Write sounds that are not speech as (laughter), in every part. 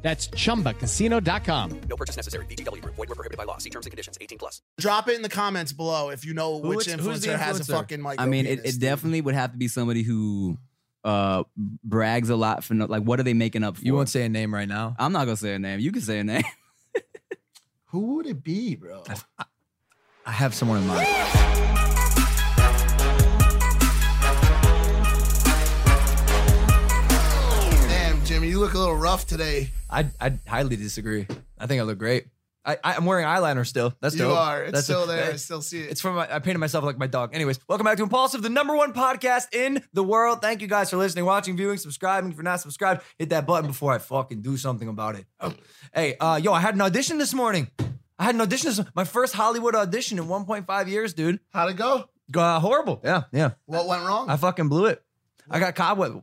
That's chumbacasino.com. No purchase necessary. BGW. Void were prohibited by law. See terms and conditions. 18 plus. Drop it in the comments below if you know Who which is- influencer, who's the has a influencer? fucking mic. I mean, it, it definitely would have to be somebody who uh brags a lot for no, like what are they making up for? You won't say a name right now. I'm not gonna say a name. You can say a name. (laughs) Who would it be, bro? I have someone in mind. Damn, Jimmy, you look a little rough today. I I highly disagree. I think I look great. I, I I'm wearing eyeliner still. That's you dope. are. It's That's still dope. there. I Hey, still see it. (laughs) It's from my, I painted myself like my dog. Anyways, welcome back to Impulsive, the number one podcast in the world. Thank you guys for listening, watching, viewing, subscribing. If you're not subscribed, hit that button before I fucking do something about it. Oh. Hey, uh, yo, I had an audition this morning. I had an audition. This, my first Hollywood audition in 1.5 years, dude. How'd it go? Uh, horrible. Yeah, yeah. What went wrong? I fucking blew it. I got cobweb.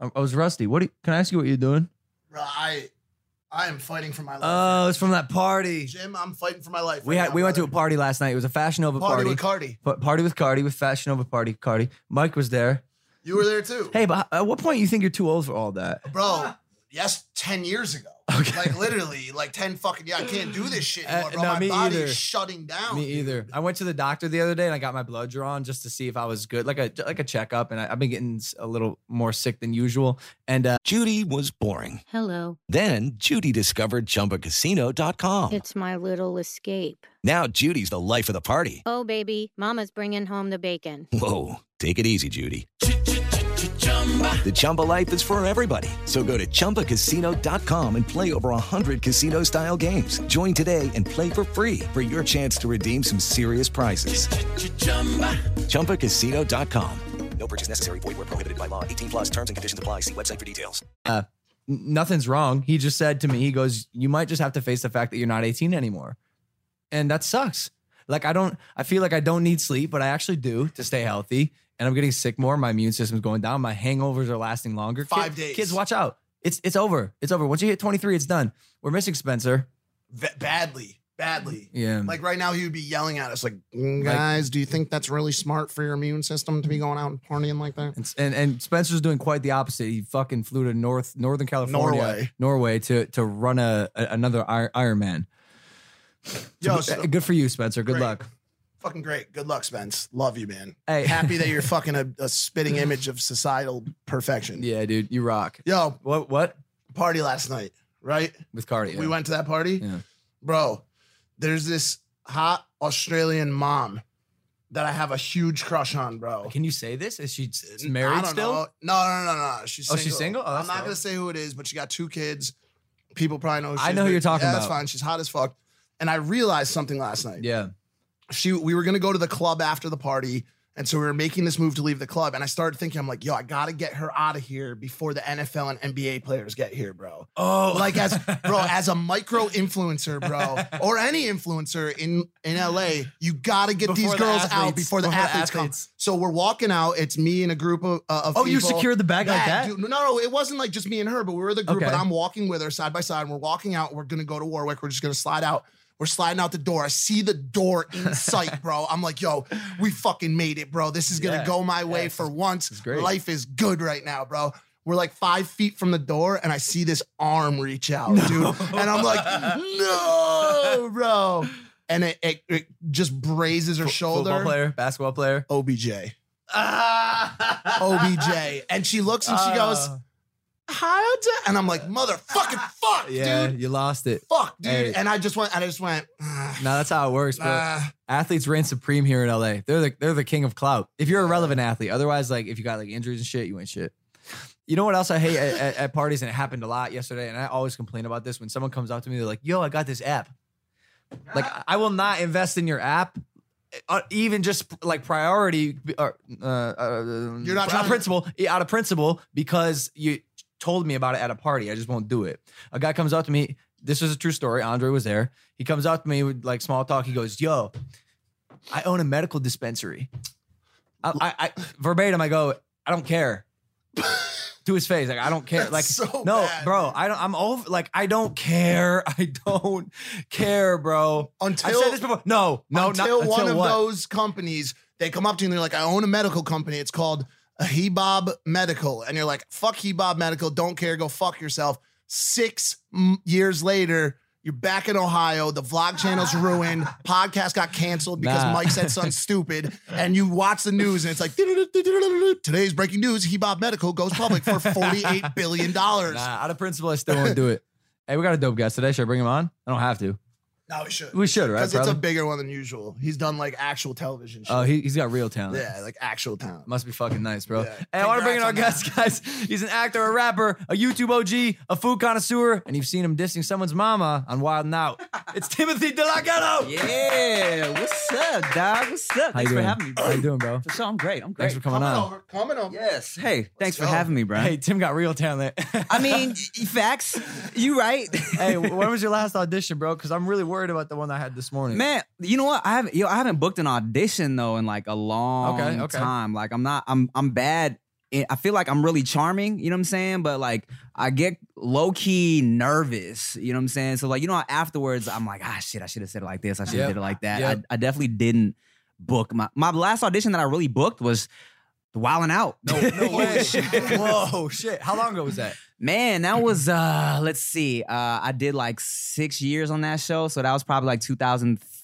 I, I was rusty. What? Do you, can I ask you what you're doing? Bro, I, I am fighting for my life. Oh, it's from that party. Jim, I'm fighting for my life. We right had now, we went to a brother. party last night. It was a Fashion Nova party. party with Cardi. Pa- party with Cardi with Fashion Nova party. Cardi. Mike was there. You were there too. Hey, but at what point you think you're too old for all that? bro. Yes, ten years ago. (laughs) Okay. Like literally, like ten fucking. Yeah, I can't do this shit Uh, anymore, bro. no, my me body either. is shutting down. Me either. I went to the doctor the other day and I got my blood drawn just to see if I was good, like a like a checkup. And I, I've been getting s- a little more sick than usual. And uh, Judy was boring. Hello, Then Judy discovered ChumbaCasino.com. it's my little escape. now Judy's the life of the party. Oh, baby, Mama's bringing home the bacon. Whoa, take it easy, Judy. The Chumba life is for everybody. So go to ChumbaCasino.com and play over 100 casino style games. Join today and play for free for your chance to redeem some serious prizes. ChumbaCasino.com. No purchase necessary. Void were prohibited by law. 18 plus terms and conditions apply. See website for details. n- nothing's wrong. He just said to me, he goes, You might just have to face the fact that you're not 18 anymore. And that sucks. Like, I don't, I feel like I don't need sleep, but I actually do to stay healthy. And I'm getting sick more. My immune system's going down. My hangovers are lasting longer. Five days. Kids, watch out. It's it's over. It's over. Once you hit 23, it's done. We're missing Spencer. V- badly, badly. Yeah. Like right now, he would be yelling at us, like, "Mm, guys, do you think that's really smart for your immune system to be going out and partying like (laughs) that? And, and and Spencer's doing quite the opposite. He fucking flew to North Northern California, Norway. Norway to to run a, a another Ir- Ironman. Yo, so- (laughs) good for you, Spencer. Good Great. luck. fucking great. Good luck, Spence. Love you, man. Hey. Happy that (laughs) you're fucking a, a spitting image of societal perfection. Yeah, dude, you rock. Yo, What what party last night, right? with Cardi? We went to that party. Yeah. Bro, there's this hot Australian mom that I have a huge crush on, bro. Can you say this? Is she s- I married don't still? Know. No, no, no, no, no. She's Oh, single. she's single? Oh, I'm that's not dope. gonna say who it is, but she got two kids. People probably know. Who I she is, know who but- you're talking yeah, That's about. fine. She's hot as fuck. And I realized something last night. Yeah. She, we were gonna go to the club after the party, and so we were making this move to leave the club. And I started thinking, I'm like, yo, I gotta get her out of here before the NFL and NBA players get here, bro. Oh, (laughs) Like (laughs) as bro, as a micro influencer, bro, or any influencer in in LA, you gotta get Before these the girls out athletes- before the before the athletes, athletes. come. So we're walking out. It's me and a group of, uh, of oh, you people. secured the bag like Yeah, that? dude. No, no, it wasn't like just me and her, but we were the group. Okay. And I'm walking with her side by side. And we're walking out. We're gonna go to Warwick. We're just gonna slide out. We're sliding out the door. I see the door (laughs) in sight, bro. I'm like, yo, we fucking made it, bro. This is gonna Yeah. go my way Yeah, for once. it's great. Life is good right now, bro. We're like five feet from the door, and I see this arm reach out, dude. And I'm (laughs) like, no, bro. And it, it, it just grazes her Football shoulder. player, basketball player. (laughs) OBJ. OB. OBJ. And she looks and Uh. she goes, how da-? and I'm like, motherfucking (laughs) fuck, yeah, dude. you lost it. Fuck, dude. Hey. And I just went, and I just went, "Ah, No, that's how it works, bro. ah." Athletes reign supreme here in LA. They're the they're the king of clout. If you're a relevant athlete, otherwise, like if you got like injuries and shit, you ain't shit. You know what else I hate at, at, at parties, and it happened a lot yesterday, and I always complain about this when someone comes up to me, they're like, "Yo, I got this app." Like, I will not invest in your app, uh, even just like priority or uh, uh, You're not trying out to- of principle, yeah, out of principle because you told me about it at a party. I just won't do it. A guy comes up to me, this is a true story. Andre was there. He comes up to me with like small talk. He goes, "Yo, I own a medical dispensary." I, I, I verbatim, I go, "I don't care." to his face, like I don't care. That's like so no, bad, bro, I don't. I'm over. Like I don't care. (laughs) I don't care, bro. Until- I said this before. No, no, not- until one until of what? those companies they come up to you and they're like, I own a medical company. It's called Hebob Medical, and you're like, fuck Hebob Medical, don't care, go fuck yourself. Six m- years later. You're back in Ohio. The vlog (laughs) channel's ruined. Podcast got canceled because Nah. Mike said (laughs) something stupid. And you watch the news and it's like, (laughs) today's breaking news Hebob Medical goes public for (laughs) $48 billion. Nah, out of principle, I still won't (laughs) do it. Hey, we got a dope guest today. Should I bring him on? I don't have to. No, we should. We should, right? Because it's a brother? bigger one than usual. He's done like actual television shit. oh, he, he's got real talent. yeah, like actual talent. Must be fucking nice, bro. Yeah. Hey, I want to bring in our Congrats guest, guys. (laughs) He's an actor, a rapper, a YouTube OG, a food connoisseur, and you've seen him dissing someone's mama on Wild and (laughs) Out. It's Timothy DeLaGhetto. Yeah, what's up, dog? What's up? How you Thanks for doing? having me. How you Bro. doing, bro? So I'm great. I'm great. Thanks for coming coming on. over, coming over. yes. Hey, thanks for go. having me, bro. Hey, Tim got real talent. I mean, (laughs) y- facts. You right. (laughs) (laughs) hey, when was your last audition, bro? Because I'm really worried about the one I had this morning. Man, you know what? I haven't yo, I haven't booked an audition though in like a long Okay, okay. time. Like I'm not I'm I'm bad. I- I feel like I'm really charming, you know what I'm saying? But like I get low key nervous, you know what I'm saying? So like you know how afterwards I'm like, ah shit, I should have said it like this. I should have Yep, did it like that. yep. I, I definitely didn't book my my last audition that I really booked was the (laughs) Wildin' Out. no, no (laughs) way. Whoa, shit. How long ago was that? Mm-hmm. Man, that was uh let's see. Uh I did like 6 years on that show, so that was probably like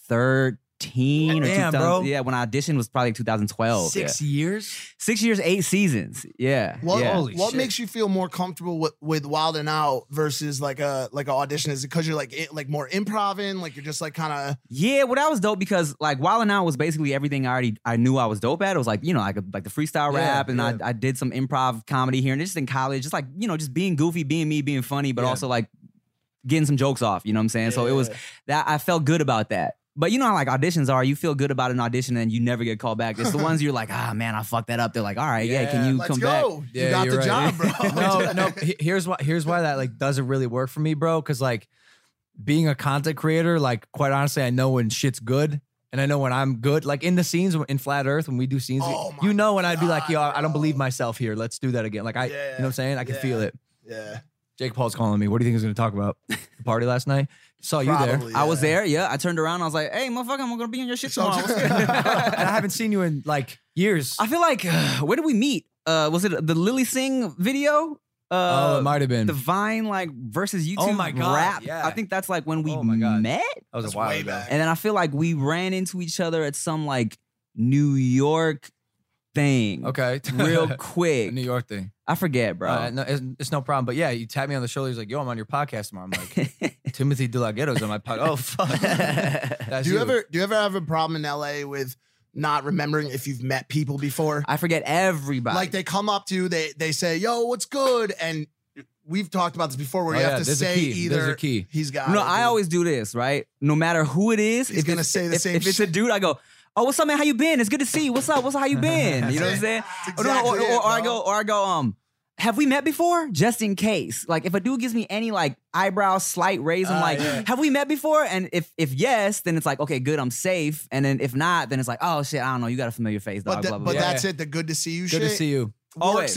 2013 or Damn, 2000 bro. yeah, when I auditioned was probably like 2012. Six yeah. years? 6 years, 8 seasons. Yeah. What, yeah. Holy what shit. makes you feel more comfortable with, with Wild and Out versus like a like an audition? Is it because you're like it, like more improving? Like you're just like kind of Yeah, well, that was dope because like Wild and Out was basically everything I already I knew I was dope at. It was like you know like a, like the freestyle Yeah, rap, and yeah. I, I did some improv comedy here and just in college, just like you know just being goofy, being me, being funny, but Yeah. also like getting some jokes off. You know what I'm saying? So it was that I felt good about that. But you know how like auditions are, you feel good about an audition and you never get called back. It's the ones you're like, ah man, I fucked that up. They're like, all right, yeah, Yeah, can you let's come back? go. you got you're the job, right. bro. (laughs) (laughs) no, no. he- Here's why. Here's why that like doesn't really work for me, bro. Because like being a content creator, like quite honestly, I know when shit's good, and I know when I'm good. Like in the scenes in Flat Earth, when we do scenes, Oh my you know when I'd be like, yo, I don't God, believe bro. myself here. Let's do that again. Like I, you know Yeah, what I'm saying? I can feel yeah. it. Yeah, Jake Paul's calling me. What do you think he's going to (laughs) talk about? The party last night. Saw you there. probably, I was yeah. there, yeah. I turned around, I was like, hey, motherfucker, I'm gonna be in your shit So- tomorrow. What's good? (laughs) and I haven't seen you in like years. I feel like (sighs) where did we meet? Uh, was it the Lily Singh video? Uh, oh, it might have been. the Vine like versus YouTube Oh my God, rap. yeah. I think that's like when we Oh my God. met, that was That's a while way ago. back. and then I feel like we ran into each other at some like New York thing. Okay. (laughs) real The quick. New York thing. I forget, bro. Uh, no, it's, it's no problem. But yeah, you tap me on the shoulder. He's like, "Yo, I'm on your podcast tomorrow." I'm (laughs) like, "Timothy De La Ghetto's on my podcast." Oh fuck! That's Do you ever do you ever have a problem in LA with not remembering if you've met people before? (laughs) I forget everybody. like they come up to you, they they say, "Yo, what's good?" And we've talked about this before, where Oh, you yeah, have to there's a say key, either there's a key. he's got. no, it, I dude. always do this, right? No matter who it is, He's if gonna it's- say the if- same If it's a shit. dude, I go, "Oh, what's up, man? How you been? It's good to see you. What's up? What's how you been? You know what (laughs) I'm saying?" That's Or, no, or, exactly or- it, or I bro. go, or I go, um, have we met before? Just in case, like if a dude gives me any like eyebrow slight raise, Uh, I'm Ah, like, yeah. have we met before? And if if yes, then it's like, okay, good, I'm safe. And then if not, then it's like, oh shit, I don't know, you got a familiar face, But, dog. tha- blah, blah, but blah. that's it. The good to see you Good shit to see you. Always.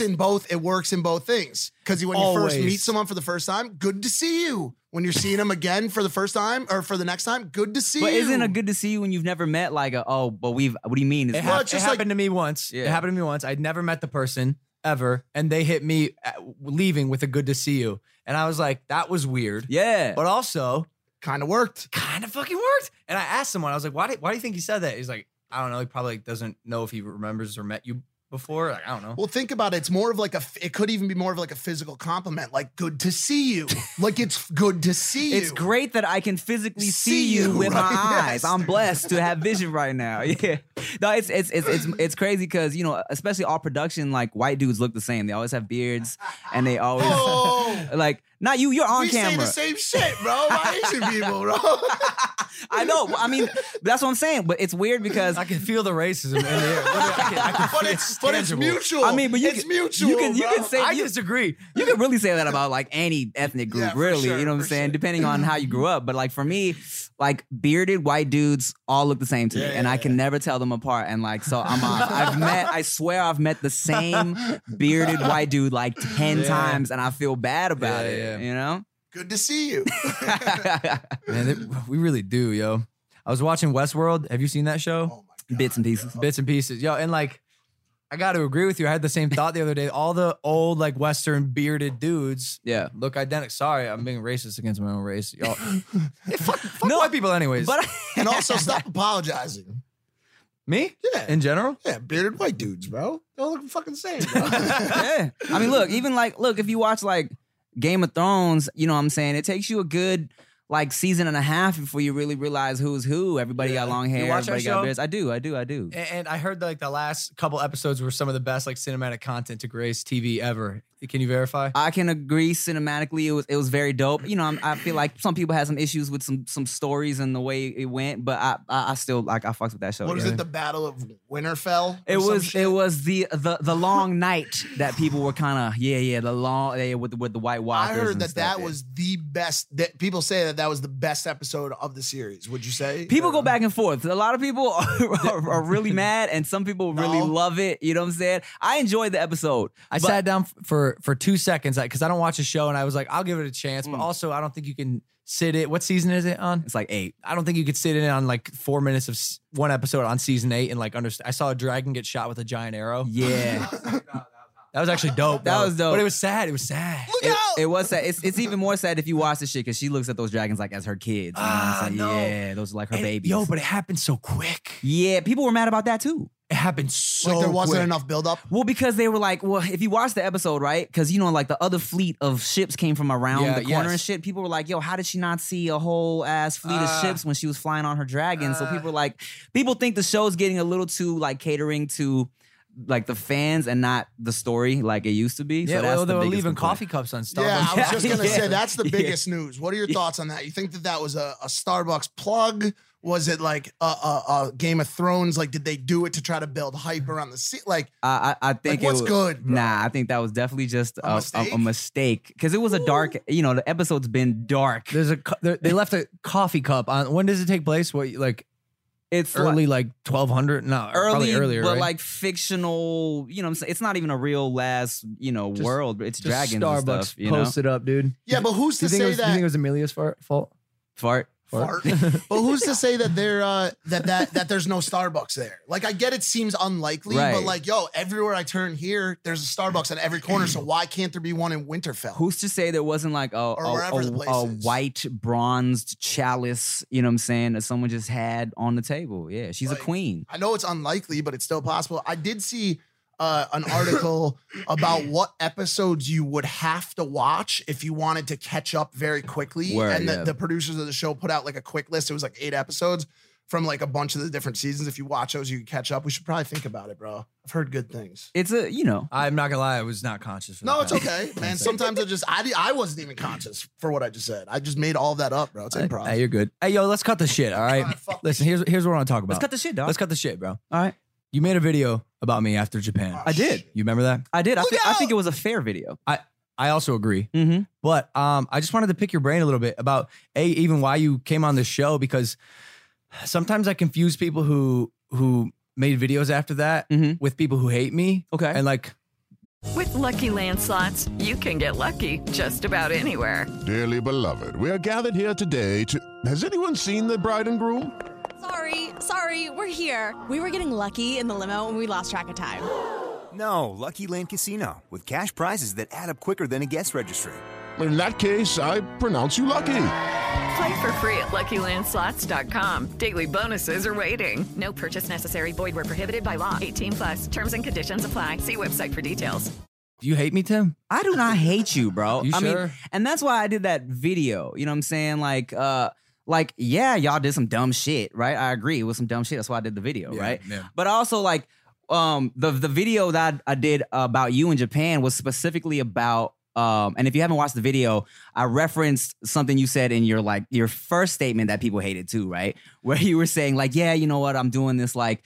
works in both. It works in both things. Because when you Always. first meet someone for the first time, good to see you. When you're seeing them again for the first time or for the next time, good to see But you. isn't a good to see you when you've never met like a oh, but we've what do you mean? It's It, like- hap- it's it just like- happened to me once. It Yeah. happened to me once. I'd never met the person ever, and they hit me at, leaving with a "Good to see you," and I was like, "That was weird." yeah. But also, kind of worked? kind of fucking worked. And I asked someone, I was like, "Why? Do, why do you think he said that?" He's like, "I don't know. He probably doesn't know if he remembers or met you before. Like, I don't know." Well, think about it. It's more of like a. f- It could even be more of like a physical compliment, like "good to see (laughs) you." like it's good to see you. It's great that I can physically see, See you you, with (laughs) my right? eyes. Yes. I'm blessed to have vision right now. (laughs) Yeah. No, it's it's it's it's, it's crazy because you know, especially all production, like white dudes look the same. They always have beards and they always (laughs) Oh. (laughs) like not you, you're on we camera. (laughs) say the same shit, bro. My Asian people, bro. I know. I mean, that's what I'm saying. But it's (laughs) weird because I can feel the racism in the air. I can, I can But feel- it's but it's tangible. mutual. I mean, but you it's can- mutual. you can- you bro. can say- I you- disagree. you can really say that about like any ethnic group, Yeah, for really. sure, you know what I'm for saying? sure. Depending on how you grew up. But like for me, like bearded white dudes all look the same to me. Yeah, and yeah, I can never tell them apart. And like, so I'm (laughs) I've met, I swear I've met the same bearded white dude like 10 Yeah. times and I feel bad about Yeah, it. yeah. You know? Good to see (laughs) you. (laughs) Man, they- we really do, yo. I was watching Westworld. Have you seen that show? oh my Bits and pieces. bits and pieces. Yo, and like I got to agree with you. I had the same thought the other day. All the old like western bearded dudes Yeah. look identical. Sorry, I'm being racist against my own race. (laughs) Y'all Hey, fuck, fuck white people anyways. But And also stop (laughs) apologizing. me? Yeah. In general? yeah, bearded white dudes, bro. They all look fucking the same. (laughs) Bro. (laughs) yeah. I mean, look, even like, look, if you watch like Game of Thrones, you know what I'm saying? It takes you a good like season and a half before you really realize who's who. Everybody got long hair, watch that everybody got show? beards. I do, I do, I do. A- And I heard like the last couple episodes were some of the best like cinematic content to grace TV ever. Can you verify? I can agree cinematically it was it was very dope. You know, I'm, I feel like some people had some issues with some some stories and the way it went, but I I, I still like I fucks with that show. what is yeah. it? The Battle of Winterfell? or It some was shit? it was the the the long night that people were kind of yeah yeah the long yeah, with the, with the White I Walkers. heard and that stuff, that yeah. was the best. That people say that that was the best episode of the series. Would you say? People go back and forth. A lot of people (laughs) are, are, (laughs) are really mad, and some people really No. love it. You know what I'm saying? I enjoyed the episode. I but- sat down f- for for two seconds because I don't watch a show and I was like, I'll give it a chance, but also I don't think you can sit it. What season is it on? It's (laughs) like eight. I don't think you could sit in on like four minutes of s- one episode on season eight and like understand. I saw a dragon get shot with a giant arrow. Yeah, That was actually (laughs) dope. That though. was dope. But it was sad. It was sad. it, it was sad. It's, it's even more sad if you watch this shit because she looks at those dragons like as her kids. You know what I'm Ah, saying? no. Yeah, those are like her And- babies. Yo, but it happened so quick. yeah, people were mad about that too. It happened so Like there wasn't quick. enough buildup. Well, because they were like, well, if you watch the episode, right? Because you know, like the other fleet of ships came from around Yeah, the corner yes. and shit. People were like, yo, how did she not see a whole ass fleet of Uh, ships when she was flying on her dragon? so uh. people were like, people think the show's getting a little too like catering to like the fans and not the story like it used to be. Yeah, so that's well, the they were biggest leaving complaint. coffee cups on Starbucks. Yeah, I was just gonna (laughs) Yeah. (laughs) say that's the Yeah. biggest news. What are your thoughts on that? You think that that was a, a Starbucks plug? Was it like a, a, a Game of Thrones? Like, did they do it to try to build hype around the seat? Like, I, I I think it what's was- good, bro? Nah, I think that was definitely just A a, a, a mistake? mistake because it was a dark. You know, the episode's been dark. There's a cu- there, they left a coffee cup on. When does it take place? What like It's like- early like 1200? No, early, probably earlier, but right? like fictional. You know, what I'm saying it's not even a real last. You know, Just- world. but It's Just dragons Starbucks and stuff. You know, posted up, dude. yeah, but who's Do to you think it say was, do you think it that? was Amelia's fa- fault? fart. Fart. but who's to say that there uh, that that that there's no Starbucks there? Like, I get it seems unlikely, Right. but like, yo, everywhere I turn here, there's a Starbucks on every corner. So why can't there be one in Winterfell? Who's to say there wasn't like a a, wherever the a- place a is. white bronzed chalice? You know, what I'm saying that someone just had on the table. Yeah, she's Like- a queen. I know it's unlikely, but it's still possible. I did see uh, an article about what episodes you would have to watch if you wanted to catch up very quickly. Word, and the, yeah. the producers of the show put out like a quick list. It was like eight episodes from like a bunch of the different seasons. If you watch those, you can catch up. We should probably think about it, bro. I've heard good things. It's a you know. (laughs) I'm not gonna lie, I was not conscious. for No, that it's fact. (laughs) okay, man. Sometimes I just I di- I wasn't even conscious for what I just said. I just made all that up, bro. It's improv. Hey, you're good. Hey, yo, let's cut the shit. All right. Alright, fuck Listen, here's here's what I want to talk about. Let's cut the shit, dog. Let's cut the shit, bro. All right, You made a video about me after Japan. Oh, I did. shit. You remember that? I did. I, Look thi- I out! think it was a fair video. I also agree. Mm-hmm. But um, I just wanted to pick your brain a little bit about a even why you came on the show because sometimes I confuse people who who made videos after that Mhm. with people who hate me. Okay. And like With Lucky Land slots, you can get lucky just about anywhere. Dearly beloved, we are gathered here today to. Has anyone seen the bride and groom? Sorry, sorry, we're here. We were getting lucky in the limo and we lost track of time. No, Lucky Land Casino, with cash prizes that add up quicker than a guest registry. In that case, I pronounce you lucky. Play for free at LuckyLandSlots.com. Daily bonuses are waiting. No purchase necessary. Void were prohibited by law. 18 plus. Terms and conditions apply. See website for details. do you hate me, Tim? I do not hate you, bro. You I mean, sure? and that's why I did that video. You know what I'm saying? Like, uh, like, yeah, y'all did some dumb shit, right? I agree. It was some dumb shit. That's why I did the video, Yeah, right? yeah. But also, like, um, the the video that I did about you in Japan was specifically about uh, Um, and if you haven't watched the video, I referenced something you said in your like your first statement that people hated too, right? (laughs) Where you were saying like, yeah, you know what, I'm doing this like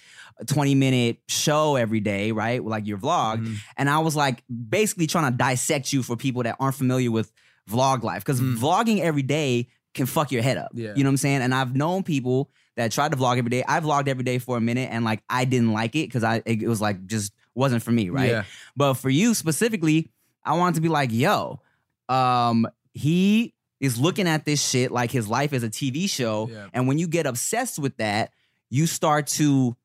20 minute show every day, right? Like your vlog, and I was like basically trying to dissect you for people that aren't familiar with vlog life because vlogging every day can fuck your head up. Yeah. You know what I'm saying? And I've known people that tried to vlog every day. I vlogged every day for a minute and like I didn't like it because I it was like just wasn't for me, right? Yeah. But for you specifically, I wanted to be like, yo, um, he is looking at this shit like his life is a TV show. Yeah. And when you get obsessed with that, you start to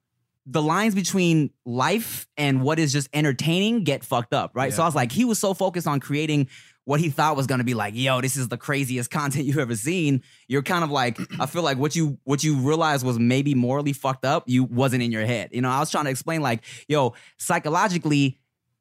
the lines between life and what is just entertaining get fucked up, right? So I was like, he was so focused on creating what he thought was gonna be like, yo, this is the craziest (laughs) content you've ever seen. You're kind of like, I feel like what you what you realized was maybe morally fucked up, you wasn't in your head. You know, I was trying to explain like, yo, psychologically,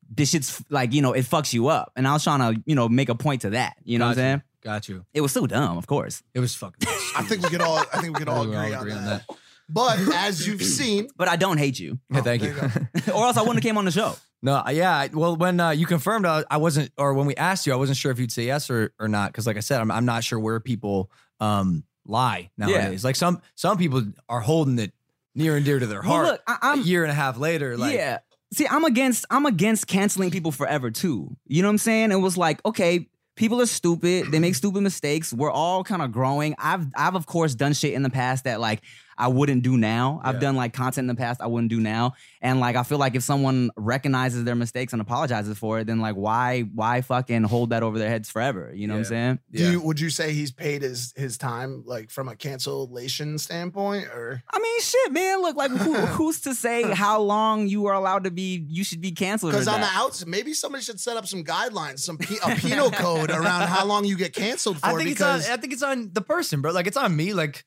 this shit's like, you know, it fucks you up. And I was trying to, you know, make a point to that. You know what I'm saying? Got you. It was so dumb, of course. It was fucking (laughs) I think we could all. I think we (laughs) could all agree, on, that. But as (clears throat) you've seen, but I don't hate you. thank you. (laughs) or else I wouldn't have came on the show. No, I- yeah. I- Well, when uh, you confirmed, uh, I wasn't, or when we asked you, I wasn't sure if you'd say yes or or not. Because, like I said, I'm, I'm not sure where people um, lie nowadays. Like some some people are holding it near and dear to their Well, heart. look, I- I'm- a year and a half later, like yeah. See, I'm against I'm against canceling people forever too. You know what I'm saying? It was like, okay, people are stupid. They make stupid mistakes. We're all kind of growing. I've I've of course done shit in the past that like I wouldn't do now. I've done like content in the past I wouldn't do now. And like I feel like if someone recognizes their mistakes and apologizes for it, then like why why fucking hold that over their heads forever? You know what I'm saying? do you, would you say he's paid his his time, like from a cancellation standpoint, or I mean, shit, man. Look, like (laughs) who, who's to say how long you are allowed to be? You should be canceled. or because on the not? outs, maybe somebody should set up some guidelines, some pe- (laughs) a penal code around how long you get canceled for. I think it's on. because I think it's on the person, bro. Like it's on me. Like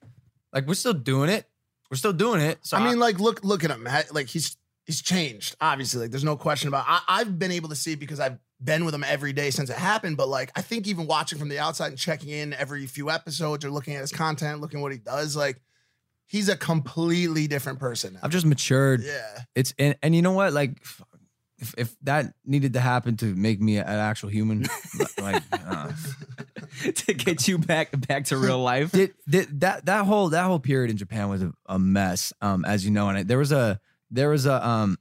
like we're still doing it. We're still doing it. So I mean, like, look, look at him. Ha- Like he's he's changed. Obviously, like there's no question about. I, I've been able to see it because I've been with him every day since it happened. But like, I think even watching from the outside and checking in every few episodes or looking at his content, looking what he does, like he's a completely different person. Now. I've just matured. Yeah. It's and and you know what? Like f- if if that needed to happen to make me an actual human, (laughs) like uh, (laughs) to get you back back to real life. did, did that that whole that whole period in Japan was a, a mess, um, as you know, and it, there was a there was a (laughs) um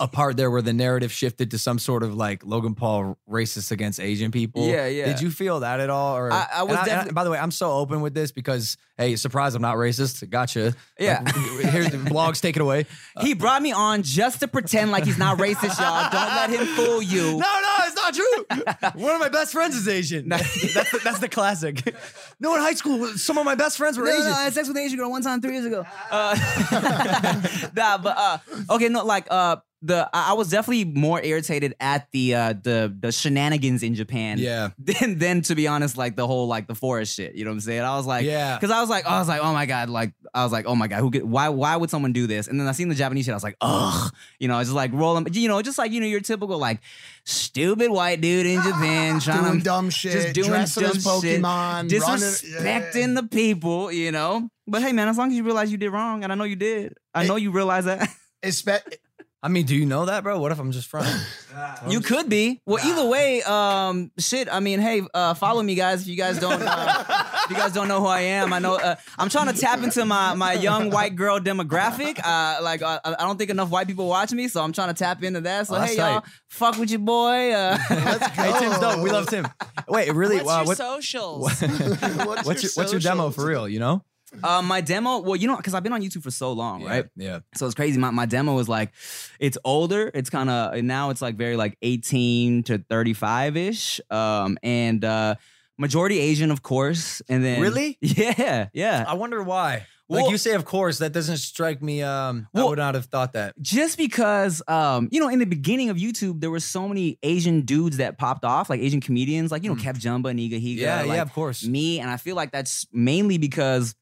a part there where the narrative shifted to some sort of like Logan Paul racist against Asian people. Yeah, yeah. Did you feel that at all? Or I- I was and and definitely- by the way, I'm so open with this because hey, surprise, I'm not racist. Gotcha. Yeah. Like, (laughs) here's the blogs. Take it away. He brought me on just to pretend like he's not racist, y'all. Don't let him fool you. No, no, it's not true. One of my best friends is (laughs) Asian. that's, the, that's the classic. No, in high school, some of my best friends were No, no, Asian. no, I had sex with an Asian girl one time three years ago. Uh, (laughs) nah, but uh, okay, no, like uh, the I I was definitely more irritated at the uh, the the shenanigans in Japan. (laughs) Yeah. Then then to be honest, like the whole like the forest shit. You know what I'm saying? I was like, Yeah. Because I was like, I was like, oh my god, like I was like, oh my god, who? Could, why why would someone do this? And then I seen the Japanese shit. I was like, ugh. You know, it's just like rolling. You know, just like you know your typical like stupid white dude in (laughs) Japan trying Doing to dumb shit, dressing as Pokemon, shit, running- disrespecting the people, you know. But hey, man, as long as you realize you did wrong, and I know you did, I know you realize that Espe- I mean, do you know that, bro? What if I'm just from? (laughs) (laughs) you could be. Well, either way, um, shit. I mean, hey, uh, follow me, guys. If you guys don't, uh, if you guys don't know who I am, I know. Uh, I'm trying to tap into my my young white girl demographic. Uh, like, uh, I I don't think enough white people watch me, so I'm trying to tap into that. So Oh, that's hey, y'all, tight. fuck with your boy. (laughs) Uh, hey, Tim's dope. We love Tim. Wait, really? What's wow, your what- socials? (laughs) (laughs) what's, what's your what's your demo for real? You know? Uh, my demo, well, you know, because I've been on YouTube for so long, right? Yeah. So it's crazy. My, my demo is like, it's older. It's kind of now it's like very like 18 to 35 ish. Um, and uh, majority Asian, of course. And then Really? (laughs) Yeah, yeah. I wonder why. Well- like you say, of course, that doesn't strike me. Um, I Well- would not have thought that. Just because, um, you know, in the beginning of YouTube, there were so many Asian dudes that popped off, like Asian comedians, like you know, Kev Jumba, Niga Higa, Mm. Yeah, like, yeah, of course. me, and I feel like that's mainly because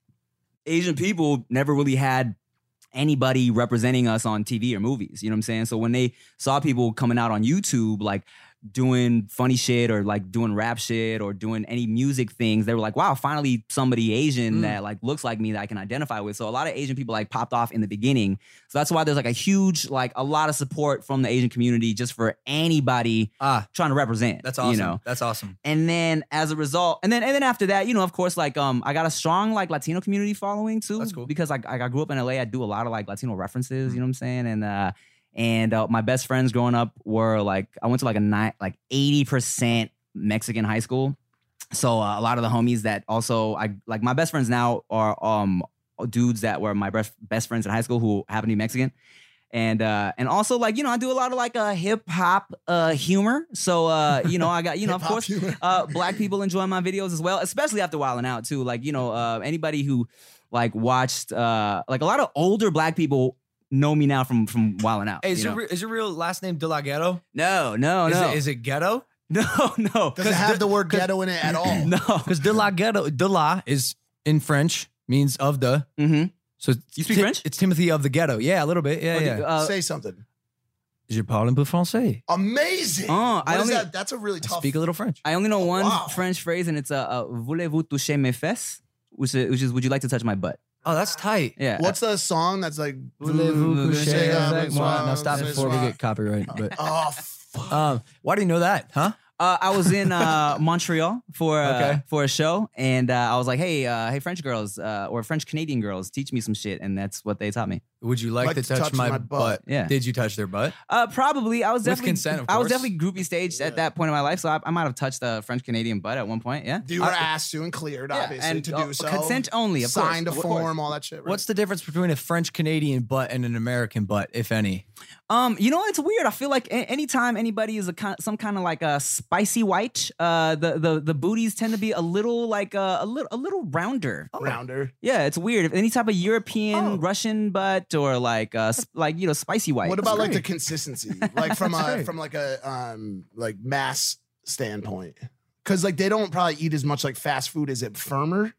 Asian people never really had anybody representing us on TV or movies. You know what I'm saying? So when they saw people coming out on YouTube, like doing funny shit or like doing rap shit or doing any music things, they were like, wow, finally somebody Asian Mm. that like looks like me that I can identify with. So a lot of Asian people like popped off in the beginning. So that's why there's like a huge, like a lot of support from the Asian community just for anybody ah, trying to represent. That's awesome. You know? That's awesome. And then as a result, and then and then after that, you know, of course, like um, I got a strong like Latino community following too. That's cool. Because like I, I grew up in LA, I do a lot of like Latino references. You know what I'm saying? And uh, and uh, my best friends growing up were like I went to like a night like 80 percent Mexican high school. So uh, a lot of the homies that also I like my best friends now are um dudes that were my best best friends in high school who happen to be Mexican and uh and also like you know i do a lot of like uh hip hop uh humor so uh you know i got (laughs) you know of Hip-hop course humor. uh black people enjoy my videos as well especially after wilding out too like you know uh anybody who like watched uh like a lot of older black people know me now from from wilding out Hey, is, you your, know? re- is your real last name De La Ghetto? no no is, no It, is it ghetto? (laughs) no no Does it have the word ghetto in it at all? (laughs) no Because De La Ghetto, De La is in French, means of the. Mm-hmm. So it's You speak Ti- French? It's Timothy of the Ghetto. Yeah, a little bit. Yeah, Okay, yeah. uh, Say something. Je parle un peu français. Amazing. Oh, What I is only- that? That's a really I tough. speak a little French. I only know one Oh, wow. French phrase, and it's uh, uh voulez-vous toucher mes fesses, which is, which is would you like to touch my butt? Oh, that's tight. Yeah. What's the song that's like? Voulez-vous coucher Say coucher that, avec bonsoir, moi? Now stop say before we soir. get copyright. (laughs) But Oh, fuck. um, why do you know that? Huh? Uh, I was (laughs) in uh, Montreal for uh, Okay. for a show, and uh, I was like, "Hey, uh, hey, French girls uh, or French Canadian girls, teach me some shit," and that's what they taught me. Would you like, to, touch, my, butt? Yeah. Did you touch their butt? Uh, probably, I was With definitely consent, of I was course. definitely groupie staged at that point in my life, so I, I might have touched a French Canadian butt at one point. Yeah, You were asked to and cleared, uh, Yeah, obviously, and, to uh, do so. consent only, of course, Signed a of course. form, all that shit. Right? What's the difference between a French Canadian butt and an American butt, if any? Um, you know, it's weird. I feel like a- anytime anybody is a kind, some kind of like a spicy white, uh, the the the booties tend to be a little like uh, a little a little rounder. rounder? Yeah, it's weird. If Any type of European, Russian butt, or like uh, sp- like you know, spicy white. Oh. What about like the Great. (laughs) consistency, like from That's a great. from like a um like mass standpoint? Because like they don't probably eat as much like fast food. Is it firmer?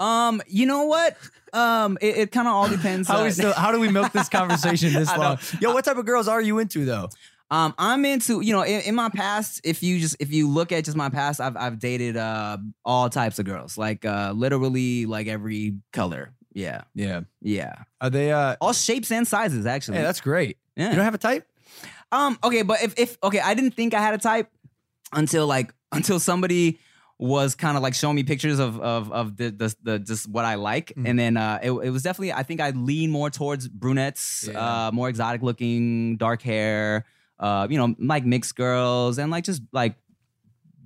Um, you know what? Um, it, it kind of all depends. How, uh, we still, how do we milk (laughs) this conversation this I know. long? Yo, what type of girls are you into though? (laughs) Um, I'm into you know in, in my past. If you just if you look at just my past, I've I've dated uh all types of girls, like uh literally like every color. Yeah, Yeah. yeah, Are they? uh all shapes and sizes actually. Hey, that's great. yeah. You don't have a type? Um, okay, but if if okay, I didn't think I had a type until like (laughs) until somebody was kind of like showing me pictures of of of the the, the just what I like, and then uh, it, it was definitely I think I lean more towards brunettes, Yeah. uh, more exotic looking, dark hair, uh, you know, like mixed girls, and like just like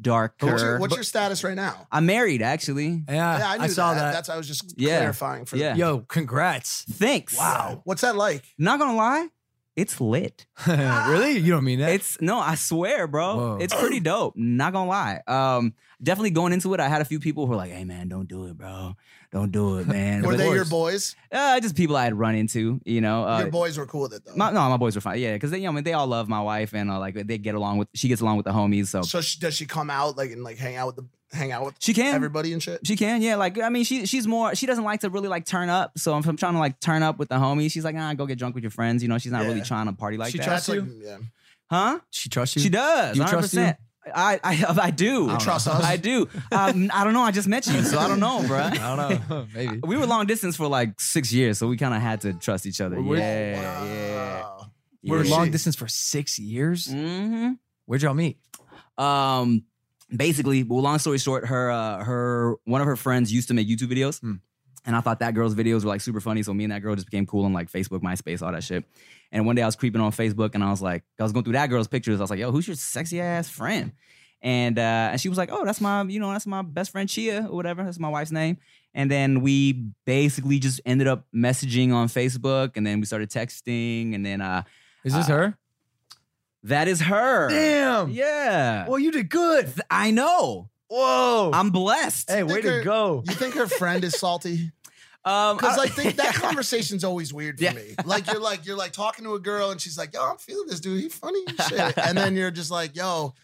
darker. What's your, what's your status right now? I'm married actually. Yeah, Yeah, I, I, knew saw that. That's I was just Yeah. clarifying for. Yeah. Yeah. Yo, congrats. Thanks. Wow. What's that like? Not gonna lie, it's lit. (laughs) really? You don't mean that? It's no, I swear, bro. Whoa. It's (clears throat) pretty dope. Not gonna lie. Um, definitely going into it, I had a few people who were like, "Hey, man, don't do it, bro. Don't do (laughs) it, man." Were Of they your course. boys? Uh, just people I had run into, you know. Uh, your boys were cool with it though. my, no, my boys were fine. Yeah, because they, you know, I mean, they all love my wife and uh, like they get along with. She gets along with the homies, so, so she, does she come out like and like hang out with the hang out with she can. everybody and shit? She can, yeah. Like, I mean, she she's more. She doesn't like to really like turn up. So if I'm trying to like turn up with the homies, she's like, nah, go get drunk with your friends. You know, she's not really Yeah. trying to party like She that. tries- Trust That's like you? yeah. huh? she trusts you. She does. Do you 100%. trust you? I, I (laughs) I do. I don't Trust know. (laughs) us? I do. Um, I don't know. I just met you, so I don't know, bro. I don't know. (laughs) Maybe. We were long distance for like six years, so we kind of had to trust each other. Were- yeah, yeah, Wow. yeah. We were Where's long she? distance for six years. Mhm. Mm. Where'd y'all meet? Um, basically, well, long story short, her uh, her one of her friends used to make YouTube videos, Hmm. and I thought that girl's videos were like super funny. So me and that girl just became cool on like Facebook, MySpace, all that shit. And one day I was creeping on Facebook, and I was like, I was going through that girl's pictures. I was like, Yo, who's your sexy ass friend? And uh, and she was like, Oh, that's my you know that's my best friend Chia or whatever. That's my wife's name. And then we basically just ended up messaging on Facebook, and then we started texting, and then uh, Is this her? that is her. Damn. Yeah. Well, you did good. Th- I know. Whoa. I'm blessed. Oh. hey, way to Sticker. go. You think her friend is (laughs) salty? Um, Because I- like think that conversation's always weird for Yeah. me. Like you're like you're like talking to a girl and she's like, "Yo, I'm feeling this dude. He funny and shit." (laughs) And then you're just like, "Yo,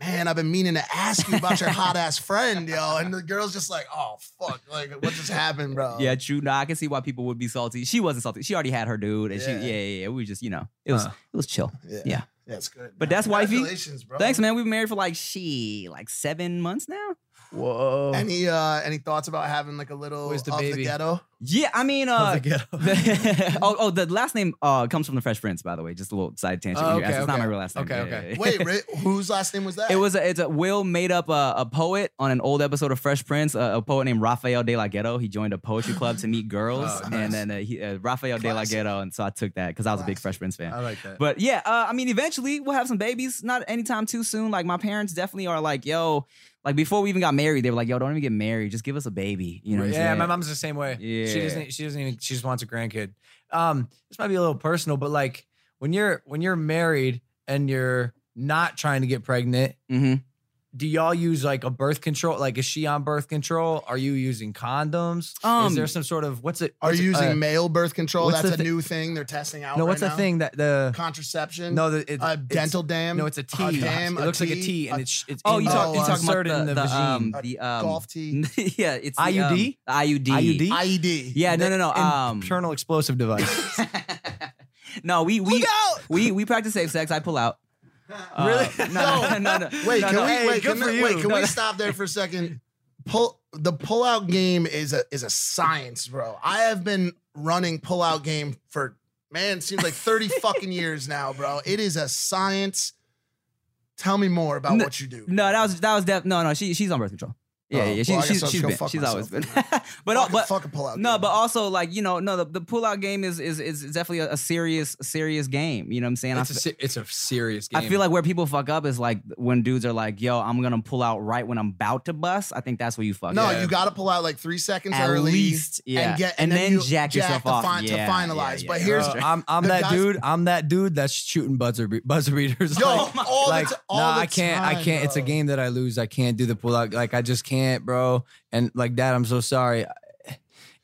man, I've been meaning to ask you about your hot ass friend, yo." And the girl's just like, "Oh fuck, like what just happened, bro?" (laughs) yeah, true. Nah, I can see why people would be salty. She wasn't salty. She already had her dude, and she, Yeah. yeah, yeah, yeah. We just, you know, it was, Huh. it was chill. yeah. Yeah. That's good. But that's wifey. Congratulations, bro. Thanks, man. We've been married for like she like seven months now. Whoa. Any uh any thoughts about having like a little Where's the of baby? the (laughs) ghetto? Yeah, I mean, Of uh, the ghetto. (laughs) the- (laughs) oh, oh, the last name uh comes from the Fresh Prince, by the way. Just a little side tangent. Oh, here. okay, It's not okay. my real last name. Okay, Yeah, okay. yeah, yeah. Wait, Ri- whose last name was that? It was a, it's a Will made up a, a poet on an old episode of Fresh Prince, a, a poet named Rafael De La Ghetto. He joined a poetry club to meet girls, Oh, nice. and then uh, he, uh, Rafael De La Classic. Ghetto, and so I took that because I was a big Classic. Fresh Prince fan. I like that. But yeah, uh, I mean, eventually we'll have some babies. Not anytime too soon. Like my parents definitely are like, yo, like before we even got married, they were like, yo, don't even get married, just give us a baby. You know? what I'm yeah, saying? my mom's the same way. She Yeah. doesn't e, she doesn't even she just wants a grandkid. Um, this might be a little personal, but like when you're when you're married and you're not trying to get pregnant, Mhm. do y'all use like a birth control? Like is she on birth control? Are you using condoms? Um, is there some sort of what's it? Are what's it- you using uh, male birth control? what's That's the a thi- new thing they're testing out. No, right what's the now? thing that the Contraception. no the it's- a it's- dental dam. No, it's a T. A dam, it a looks like a T, T, and a- it's it's Oh, you in- talk, Oh, you uh, talking inserted about the, in the, the, vagine. um, the um, (laughs) golf (laughs) tee. E yeah, it's the, IUD? um, IUD, IUD? IED. Yeah, no, no, no. The Um, internal explosive (laughs) device. no, we we we we practice safe sex. I (laughs) pull out. Uh, Really? No, no, no. Wait, no, can no. we Hey, wait? good Can, for we- wait, you. can No, we (laughs) no. stop there for a second? Pull the pullout game is a is a science, bro. I have been running pullout game for man seems like (laughs) thirty fucking years now, bro. It is a science. Tell me more about No, what you do. No, that was that was def- no, no. She she's on birth control. Yeah, Oh, yeah. She, well, I guess she's I'll she's go been, fuck she's always been. (laughs) myself. but fuck, uh, but fuck a pullout. no, game. but also like you know no the, the pullout game is is is definitely a, a serious serious game. You know what I'm saying? I it's, a, fe- se- it's a serious game. I feel like where people fuck up is like when dudes are like, "Yo, I'm gonna pull out right when I'm about to bust." I think that's where you Oh, fuck. no, up. you got to pull out like three seconds At early, least, yeah. and get And then you jack yourself to off. fin- to Yeah, finalize. yeah, But yeah. here's Uh, I'm, (laughs) I'm the that guys- dude. I'm that dude that's shooting buzzer be- buzzer beaters. Yo, like, (laughs) all the like, ti- all nah, the I can't. I time, can't. It's a bro. game that I lose. I can't do the pullout. Like I just can't, bro. And like that, I'm so sorry. (sighs)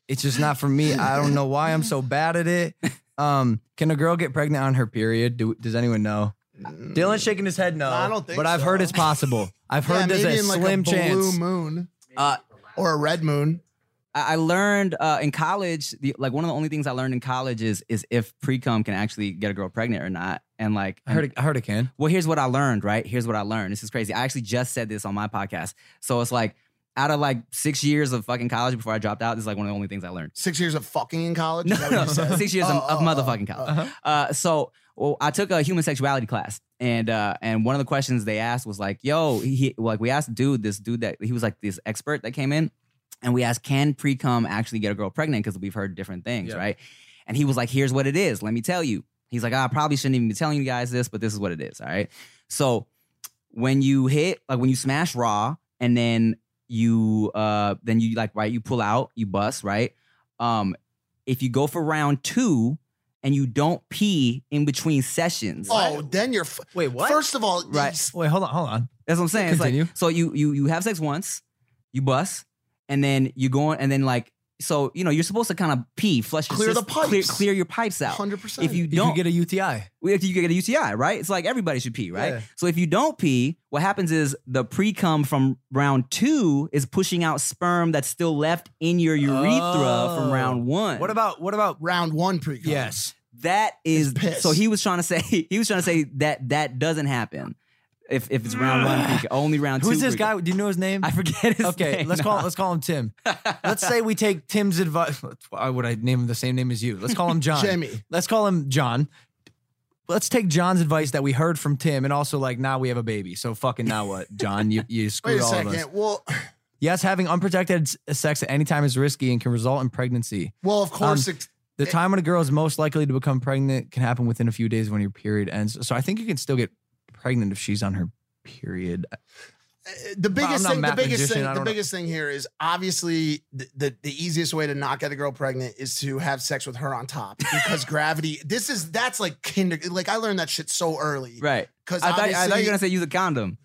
It's just not for me. I don't know why I'm so bad (laughs) at it. Um, can a girl get pregnant on her period? Do, does anyone know? Dylan's shaking his head no. Mm. I don't think But I've so. heard (laughs) it's possible. I've yeah, heard there's maybe a in like slim a blue chance. moon Uh, or a red moon. I I learned uh, in college, the, like one of the only things I learned in college is is if pre cum can actually get a girl pregnant or not. And like, I heard. It, I heard it can. well, here's what I learned. Right, here's what I learned. This is crazy. I actually just said this on my podcast. So it's like, out of like six years of fucking college before I dropped out, this is like one of the only things I learned. Six years of fucking in college. No, Is that no, (laughs) what you said? six years Oh, of, oh, of oh, motherfucking college. oh. Uh, so well, I took a human sexuality class, and uh, and one of the questions they asked was like, "Yo, he like we asked dude this dude that he was like this expert that came in, and we asked, can pre cum actually get a girl pregnant? Because we've heard different things, Yeah. right? And he was like, "Here's what it is. Let me tell you." He's like, "Ah, "I probably shouldn't even be telling you guys this, but this is what it is. All right. So when you hit like when you smash raw, and then you uh then you like right you pull out you bust right um if you go for round two and you don't pee in between sessions Oh, then you're. F- Wait, what? First of all, Right. these- Wait, hold on, hold on. that's what i'm saying Continue. it's like so you you you have sex once you bust and then you go on and then like so you know you're supposed to kind of pee flush your Clear the system, clear, pipes. clear your pipes out 100%. if you You don't could get a UTI. we have to- you get a UTI, right? It's like everybody should pee, right? Yeah. So if you don't pee, what happens is the pre cum from round two is pushing out sperm that's still left in your urethra from Oh. round one. What about? What about? round one pre Yes. that? Is It's piss. so he was trying to say (laughs) he was trying to say that that doesn't happen if if it's round one (sighs) pre cum, only round Who's two. this pre-cum. guy? Do you know his name? I forget his okay, name. let's call let's call him Tim. let's say we take Tim's advice. Why would I name him the same name as you? Let's call him John. Jimmy. Let's call him John. Let's take John's advice that we heard from Tim, and also like now we have a baby. So fucking now what, John? You (laughs) you Wait screwed a all of us. second. Well, Yes, having unprotected s- sex at any time is risky and can result in pregnancy. well, of course. Um, it- The time when a girl is most likely to become pregnant can happen within a few days when your period ends. So I think you can still get pregnant if she's on her period. the biggest not a thing, the math biggest magician, thing, I the don't know. biggest thing here is obviously the, the the easiest way to not get a girl pregnant is to have sex with her on top (laughs) because gravity. This is that's like kinder. Like I learned that shit so early. (laughs) right. Because I thought, I thought you were obviously- gonna say use a condom.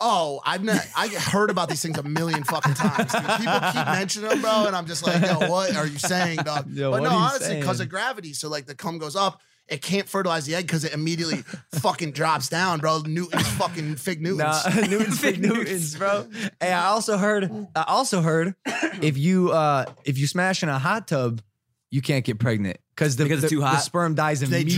Oh, I've not, I heard about these things a million fucking times. dude. People keep mentioning them, bro, and I'm just like, yo, what are you saying, dog? (laughs) Yo, but what no, are you honestly, because saying? of gravity, so like the cum goes up, it can't fertilize the egg because it immediately fucking drops down, bro. Newton's fucking fig Newtons. (laughs) (laughs) Nah, Newtons big Newtons, bro. Hey, I also heard. I also heard if you uh if you smash in a hot tub, you can't get pregnant. Cause the, Because it's the- too the hot? sperm dies They immediately.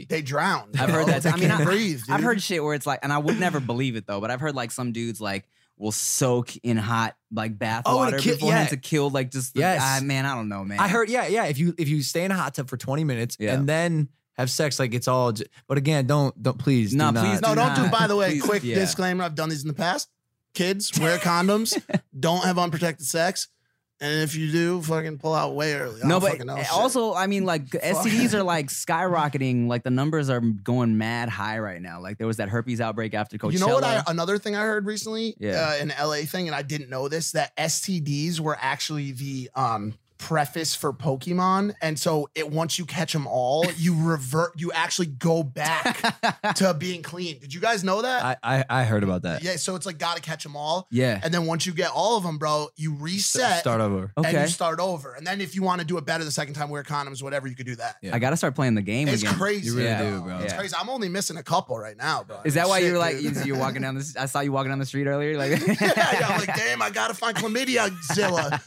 drown. They drown. I've heard that. They I mean, can't I, breathe. I've dude. heard shit where it's like, and I would never believe it though, but I've heard like some dudes like will soak in hot like bath Oh, to water kill- beforehand yeah. to kill like just. The, Yes. Ah, man, I don't know, man. I heard, yeah, yeah. If you if you stay in a hot tub for 20 minutes Yeah. and then have sex, like it's all. j- But again, don't don't please. No, do please No, not. do don't do. not. By the way, Please, quick yeah. disclaimer: I've done these in the past. Kids, wear (laughs) condoms. don't have unprotected sex. And if you do, fucking pull out way early. I No, don't but fucking know shit. also, I (laughs) mean, like STDs are like skyrocketing. Like the numbers are going mad high right now. Like there was that herpes outbreak after Coachella. You know what? I, another thing I heard recently, Yeah. uh, an LA thing, and I didn't know this that STDs were actually the um, preface for Pokemon, and so it once you catch them all, (laughs) you revert, you actually go back to being clean. Did you guys know that? I, I I heard about that. yeah, so it's like gotta catch them all, yeah. and then once you get all of them, bro, you reset Start over. and Okay. you start over, and then if you want to do it better the second time, wear condoms, whatever, you could do that. Yeah. I gotta start playing the game It's again. crazy. You really Yeah. do, bro. It's Yeah. crazy. I'm only missing a couple right now, bro. Is that why Shit, you were like dude. (laughs) you were walking down this? I saw you walking down the street earlier. Like (laughs) yeah, yeah, I'm like, damn, I gotta find chlamydia zilla,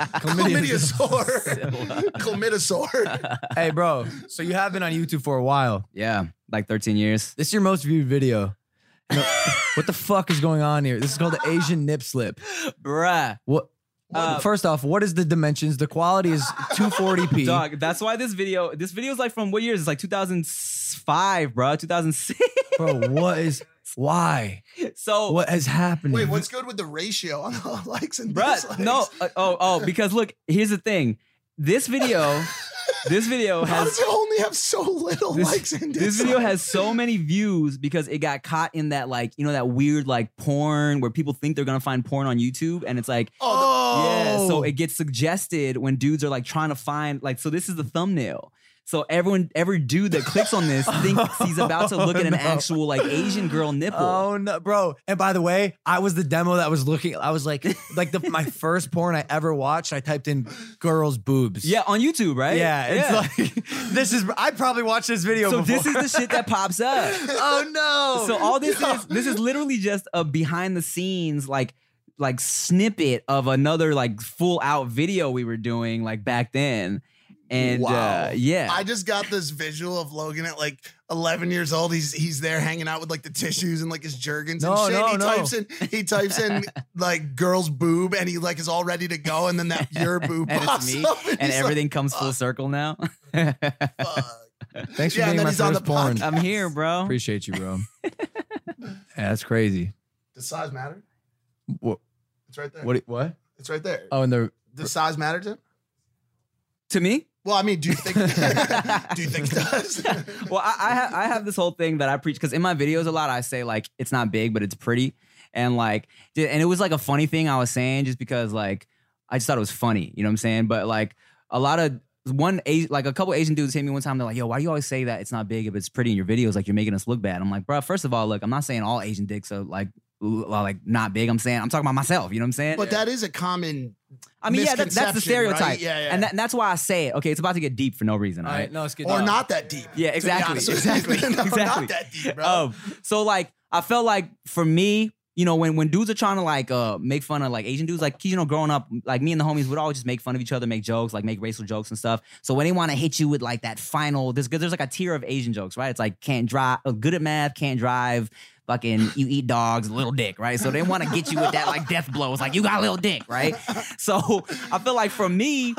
(laughs) chlamydiosaur, chlamydosaur. hey, bro. So you have been on YouTube for a while. Yeah, like 13 years. This is your most viewed video. No, (laughs) what the fuck is going on here? This is called the Asian nip slip. Bruh. What? Uh, first off, what is the dimensions? The quality (laughs) is 240p. Dog, that's why this video, this video is like from what years? It's like 2005, bruh, 2006. Bro, what is why? (laughs) So, What has happened? Wait, what's good with the ratio on the likes and bruh, dislikes? no, uh, oh, oh, because look, here's the thing. This video, this video How has does it only have so little this, likes and dislikes? this video has so many views because it got caught in that like you know that weird like porn where people think they're gonna find porn on YouTube and it's like Oh, (laughs) yeah so it gets suggested when dudes are like trying to find like so this is the thumbnail so everyone every dude that clicks on this thinks he's about to look at an Oh, no. actual like Asian girl nipple Oh no, bro! And by the way, I was the demo that was looking. I was like, like the (laughs) my first porn I ever watched. I typed in "girls boobs." yeah on YouTube right yeah. It's like (laughs) this is. I probably watched this video. so before. this is the shit that pops up. oh no! so all this is this is literally just a behind the scenes like like snippet of another like full out video we were doing like back then and Wow. uh yeah I just got this visual of Logan at like 11 years old. He's he's there hanging out with like the tissues and like his jergens No, and shit. no, he no. types in he types (laughs) in like girls boob and he like is all ready to go and then that (laughs) your boob and pops it's me up (laughs) and, he's like, everything comes full circle now (laughs) "Fuck." Thanks for Yeah, and being then my he's on first the porn. i'm here bro Appreciate you, (laughs) bro. Yeah, that's crazy. Does size matter? What? It's right there. What? What? It's right there. Uh, Oh, and the Does size matter to him? to me Well, I mean, do you (laughs) think? (laughs) do you think it does? well i I, ha- I have this whole thing that i preach because in my videos a lot i say like it's not big but it's pretty and like di- and it was like a funny thing i was saying just because like i just thought it was funny you know what i'm saying but like a lot of one Asi- like a couple asian dudes hit me one time they're like yo why do you always say that it's not big if it's pretty in your videos like you're making us look bad i'm like bro first of all look i'm not saying all asian dicks are like l- are, like not big i'm saying i'm talking about myself you know what i'm (laughs) saying but that is a common. i mean yeah that, that's the misconception, right? stereotype Yeah, yeah. And, that, and that's why i say it okay it's about to get deep for no reason all right No, it's good. Or not that deep. yeah, to be exactly, honest with you. (laughs) exactly, No, exactly. Not that deep, bro. Um, so like I felt like for me, you know, when when dudes are trying to like uh make fun of like Asian dudes, like you know, growing up, like me and the homies would always just make fun of each other, make jokes, like make racial jokes and stuff. So when they want to hit you with like that final, there's 'cause there's like a tier of Asian jokes, right? It's like can't drive, uh, good at math, can't drive. Fucking, you eat dogs, little dick, right? So they want to get you with that like death blow. It's like you got a little dick, right? So I feel like for me,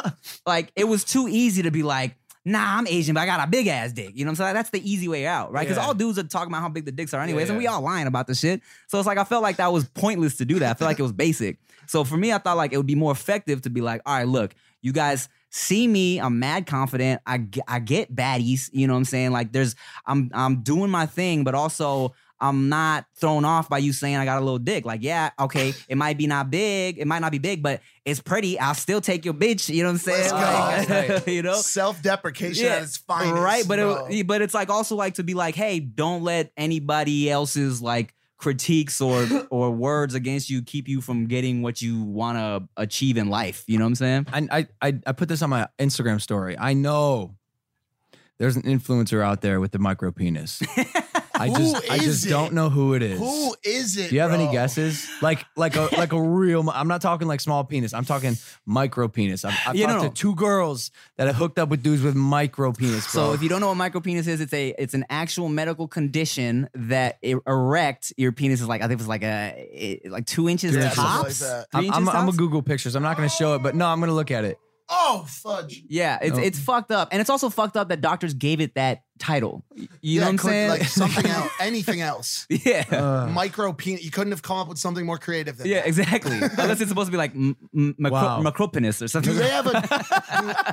like it was too easy to be like, nah, I'm Asian, but I got a big ass dick. You know what I'm saying? That's the easy way out, right? Because Yeah. all dudes are talking about how big the dicks are, anyways, and yeah. we all lying about the shit. So it's like I felt like that was pointless to do that. I felt like it was basic. So for me, I thought like it would be more effective to be like, all right, look, you guys see me, I'm mad confident. I get, I get baddies. You know what I'm saying? Like there's, I'm I'm doing my thing, but also. I'm not thrown off by you saying I got a little dick. Like, yeah, (laughs) okay, it might be not big, it might not be big, but it's pretty. I'll still take your bitch. You know what I'm saying? Let's go. Like, (laughs) you know, Self-deprecation at its finest. Right, but bro. it, but it's like also like to be like, hey, don't let anybody else's like (laughs) critiques or or words against you keep you from getting what you want to achieve in life. You know what I'm saying? I, I I I put this on my Instagram story. I know there's an influencer out there with the micro penis. I just Who I just is don't it? know who it is. Who is it? Do you have any bro? guesses? Like like a like a real. I'm not talking like small penis. I'm talking micro penis. I've, I've Yeah, no, talked no. to two girls that have hooked up with dudes with micro penis. Bro. So if you don't know what micropenis is, it's a it's an actual medical condition that e- erect your penis is like I think it was like a it- like two inches Dude, tops. Three I'm, inches I'm, I'm a tops? Google pictures. I'm not going to show it, but no, I'm going to look at it. Oh fudge! yeah, it's Oh. Nope. it's fucked up, and it's also fucked up that doctors gave it that title. You know what I'm click, saying? Like something (laughs) else, anything else. (laughs) yeah. Uh. Micro penis. You couldn't have come up with something more creative than yeah, that. (laughs) exactly. Unless it's supposed to be like m- m- macro- Wow. macropenis or something. Do they (laughs) have a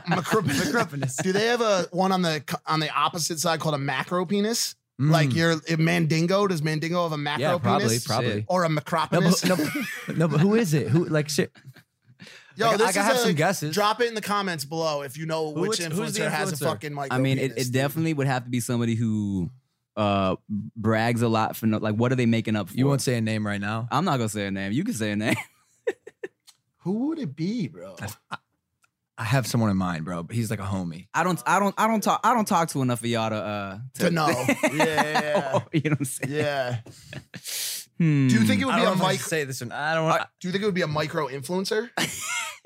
do- macro- Do they have a one on the on the opposite side called a macro penis? Like your mandingo? Does mandingo have a macro Hmm. Yeah, probably, penis? probably. Or a No, macropenis? but, no, but- no, but who is it? Who like shit? (laughs) Yo, I- I this can is have a- some guesses. Drop it in the comments below if you know Who which is- influencer, who's the has a influencer? fucking micro. (laughs) I mean, it, penis, it dude. definitely would have to be somebody who uh brags a lot for no, like what are they making up for? You won't say a name right now. I'm not gonna say a name. You can say a name. Who would it be, bro? I have someone in mind, bro, but he's like a homie. I don't. I don't. I don't talk. I don't talk to enough of y'all to uh to (laughs) know. Oh. yeah, you know (laughs) what I'm saying? yeah. Hmm. Do you think it would I be don't know a if I should micro? say this one. I don't want. Do you think it would be a micro influencer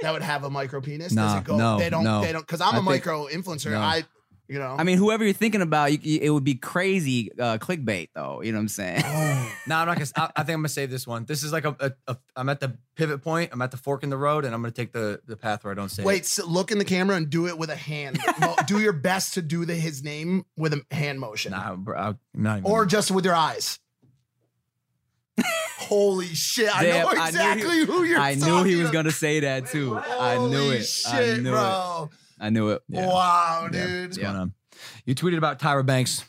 that would have a micro penis? Nah, no, they don't. no. They don't. Because I'm I a think- micro influencer. No. I, you know, I mean, whoever you're thinking about, you, you- it would be crazy uh, clickbait, though. You know what I'm saying? No, I'm not gonna. I, I think I'm gonna save this one. This is like a, a, a. I'm at the pivot point. I'm at the fork in the road, and I'm gonna take the the path where I don't save. wait. So look in the camera and do it with a (laughs) hand. Mo- do your best to do the his name with a hand motion, nah, bro, I'm not even. or just with your (laughs) eyes. Holy shit! Damn, I know exactly knew he, who (laughs) you're. I knew he talking was about. gonna say that too. I knew Holy it. Shit, I knew bro! it. I knew it. Wow, Yeah, dude. what's going on? You tweeted about Tyra Banks.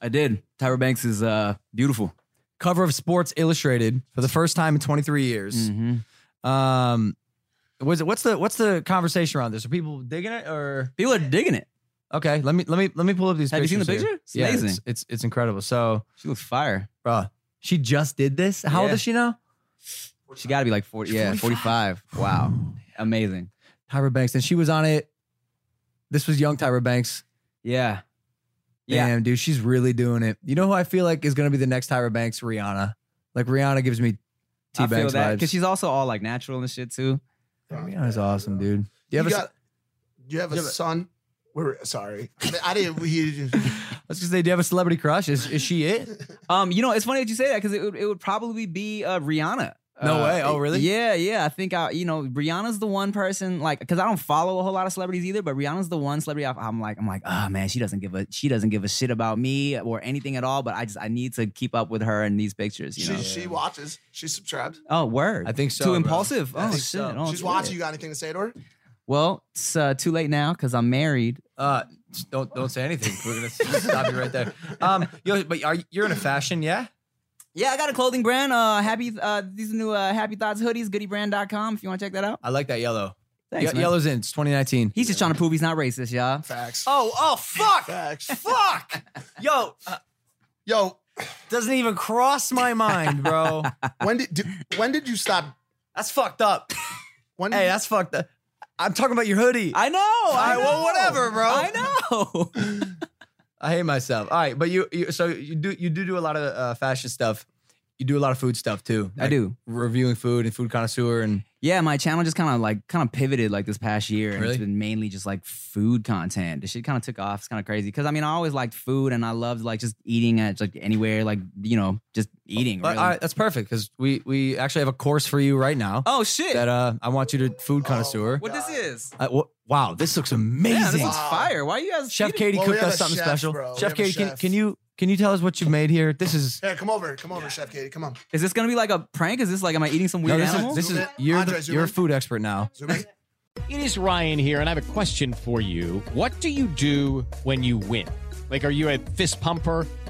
I did. Tyra Banks is uh, beautiful. cover of Sports Illustrated for the first time in 23 years. Mm. Um, was it what's the what's the conversation around this? Are people digging it or People are digging it. okay? Let me let me let me pull up these. Have you pictures seen the here. picture? It's yeah, amazing. It's, it's it's incredible. So, She looks fire. bruh, she just did this. How old Yeah. is she now? She got to be like 40. Yeah, 45. Wow, amazing. Tyra Banks, and she was on it. This was young Tyra Banks. Yeah, yeah. Damn, dude, she's really doing it. You know who I feel like is gonna be the next Tyra Banks? Rihanna. Like Rihanna gives me T I feel Banks that vibes. because she's also all like natural and shit too. Rihanna's awesome, dude. Do you have You a, got- Do you have a son? We're (laughs) sorry. I didn't. He, Let's just say, do you have a celebrity crush? Is, is she it? (laughs) Um, you know, it's funny that you say that because it would, it would probably be uh, Rihanna. No Uh, way. Oh, really? Yeah, yeah. I think I, you know, Rihanna's the one person like because I don't follow a whole lot of celebrities either, but Rihanna's the one celebrity I, I'm like, I'm like, oh man, she doesn't give a she doesn't give a shit about me or anything at all. But I just I need to keep up with her in these pictures. You she, know? she watches. She subscribes. oh, word. I think so, Too bro. impulsive. I Oh think shit. so. Oh, She's shit. watching. You got anything to say to her? Well, it's uh, too late now because I'm married. Uh, just don't don't say anything. We're gonna (laughs) s- stop you right there. Um, yo, but are you, you're in a fashion, yeah? Yeah, I got a clothing brand. Uh, happy. Uh, these new uh, Happy Thoughts hoodies, goodybrand.com. If you want to check that out. I like that yellow. Thanks, Ye- man. yellow's in. It's 2019. He's just trying to prove he's not racist, y'all. Facts. oh oh fuck Facts. fuck yo uh, Yo, doesn't even cross my mind, (laughs) bro. when did, do- when did you stop? That's fucked up. When did Hey, you- that's fucked up. I'm talking about your hoodie. I, I know. (laughs) I right, well, know. whatever, bro. I know. hate myself. All right, but you, you so you do you do do a lot of uh, fashion stuff. You do a lot of food stuff too. I do. reviewing food and food connoisseur and Yeah, my channel just kind of like kind of pivoted like this past year. And Really? it's been mainly just like food content. The shit kind of took off. It's kind of crazy because I mean I always liked food and I loved like just eating at like anywhere like you know just eating. But, really. all right, that's perfect because we we actually have a course for you right now Oh shit! that uh I want you to Oh, food connoisseur. what this is? Uh, wha- wow, this looks Yeah, this amazing. is fire. Why are you guys? chef feeding- Katie Well, we cooked have us a something chef, special. bro. We have Chef a Katie, Can, chef. can you can you tell us what you've made here? This is Here, come over. Come over, Chef Katie. Come on. Is this gonna be like a prank? Is this like am I eating some no, weird this animal? is this Zoom is in. you're Andre, the- zoom you're a in. food expert now. Zoom in. It is Ryan here, and I have a question for you. What do you do when you win? Like, are you a fist pumper?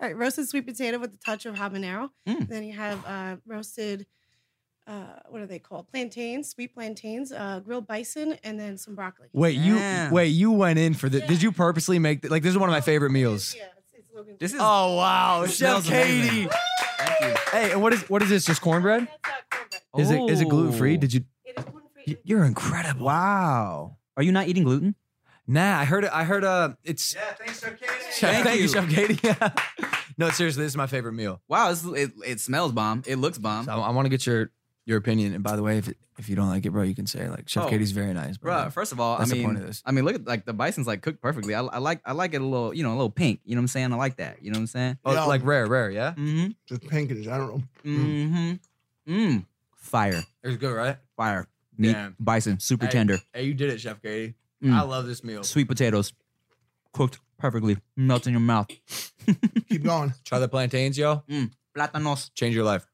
All right, roasted sweet potato with a touch of habanero. Mm. And Then you have uh, roasted, uh, what are they called? Plantains, sweet plantains, uh, grilled bison, and then some broccoli. Wait, you wait, you went in for the Did you purposely make the, like this is one of my favorite meals? Yeah, This is Oh wow, This Chef smells amazing. Katie. Hey, and what is what is this? Just cornbread? Is it is it Ooh. gluten free? Did you? Y- You're incredible. Wow. Are you not eating gluten? Nah, I heard it. I heard uh, it's. Yeah, thanks, Chef Katie. Chef, thank you, Chef Katie. (laughs) no, seriously, this is my favorite meal. Wow, this, it, it smells bomb. It looks bomb. So I, want to get your your opinion. And by the way, if it, if you don't like it, bro, you can say like Chef Oh. Katie's very nice, bro. Bruh, first of all, That's I the mean, point of this. I mean, look at like the bison's like cooked perfectly. I, I like I like it a little, you know, a little pink. You know what I'm saying? I like that. You know what I'm saying? Oh, like rare, rare, yeah. Mm-hmm. Just pink in general. Mm-hmm. Mm. Fire. It was good, right? Fire. Meat. Damn. Bison. Super Hey, tender. Hey, you did it, Chef Katie. Mm. I love this meal. Sweet potatoes. Cooked perfectly. Melt in your mouth. Keep (laughs) going. Try the plantains, yo. Mm. Platanos. Change your life.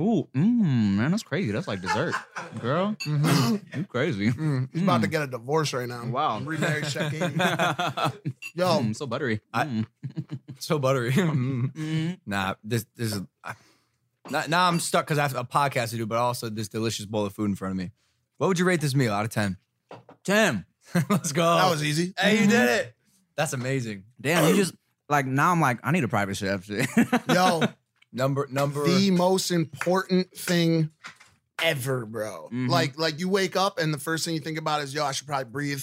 Ooh, mm, man, that's crazy. That's like (laughs) dessert, girl. You (laughs) crazy. Mm, He's about to get a divorce right now. Wow. Remarry (laughs) Chef Katie. Yo, Mm, so buttery. Mm. So buttery. (laughs) Mm-hmm. Mm. nah, this this is. I, now, now I'm stuck because I have a podcast to do, but also this delicious bowl of food in front of me. What would you rate this meal out of ten? (laughs) Damn. Let's go. that was easy. Hey, you did it. That's amazing. Damn, you just like now I'm like, I need a private chef. (laughs) Shit. Yo, Number number. the most important thing ever, bro. Mm-hmm. Mhm. Like, like you wake up and the first thing you think about is, yo, I should probably breathe.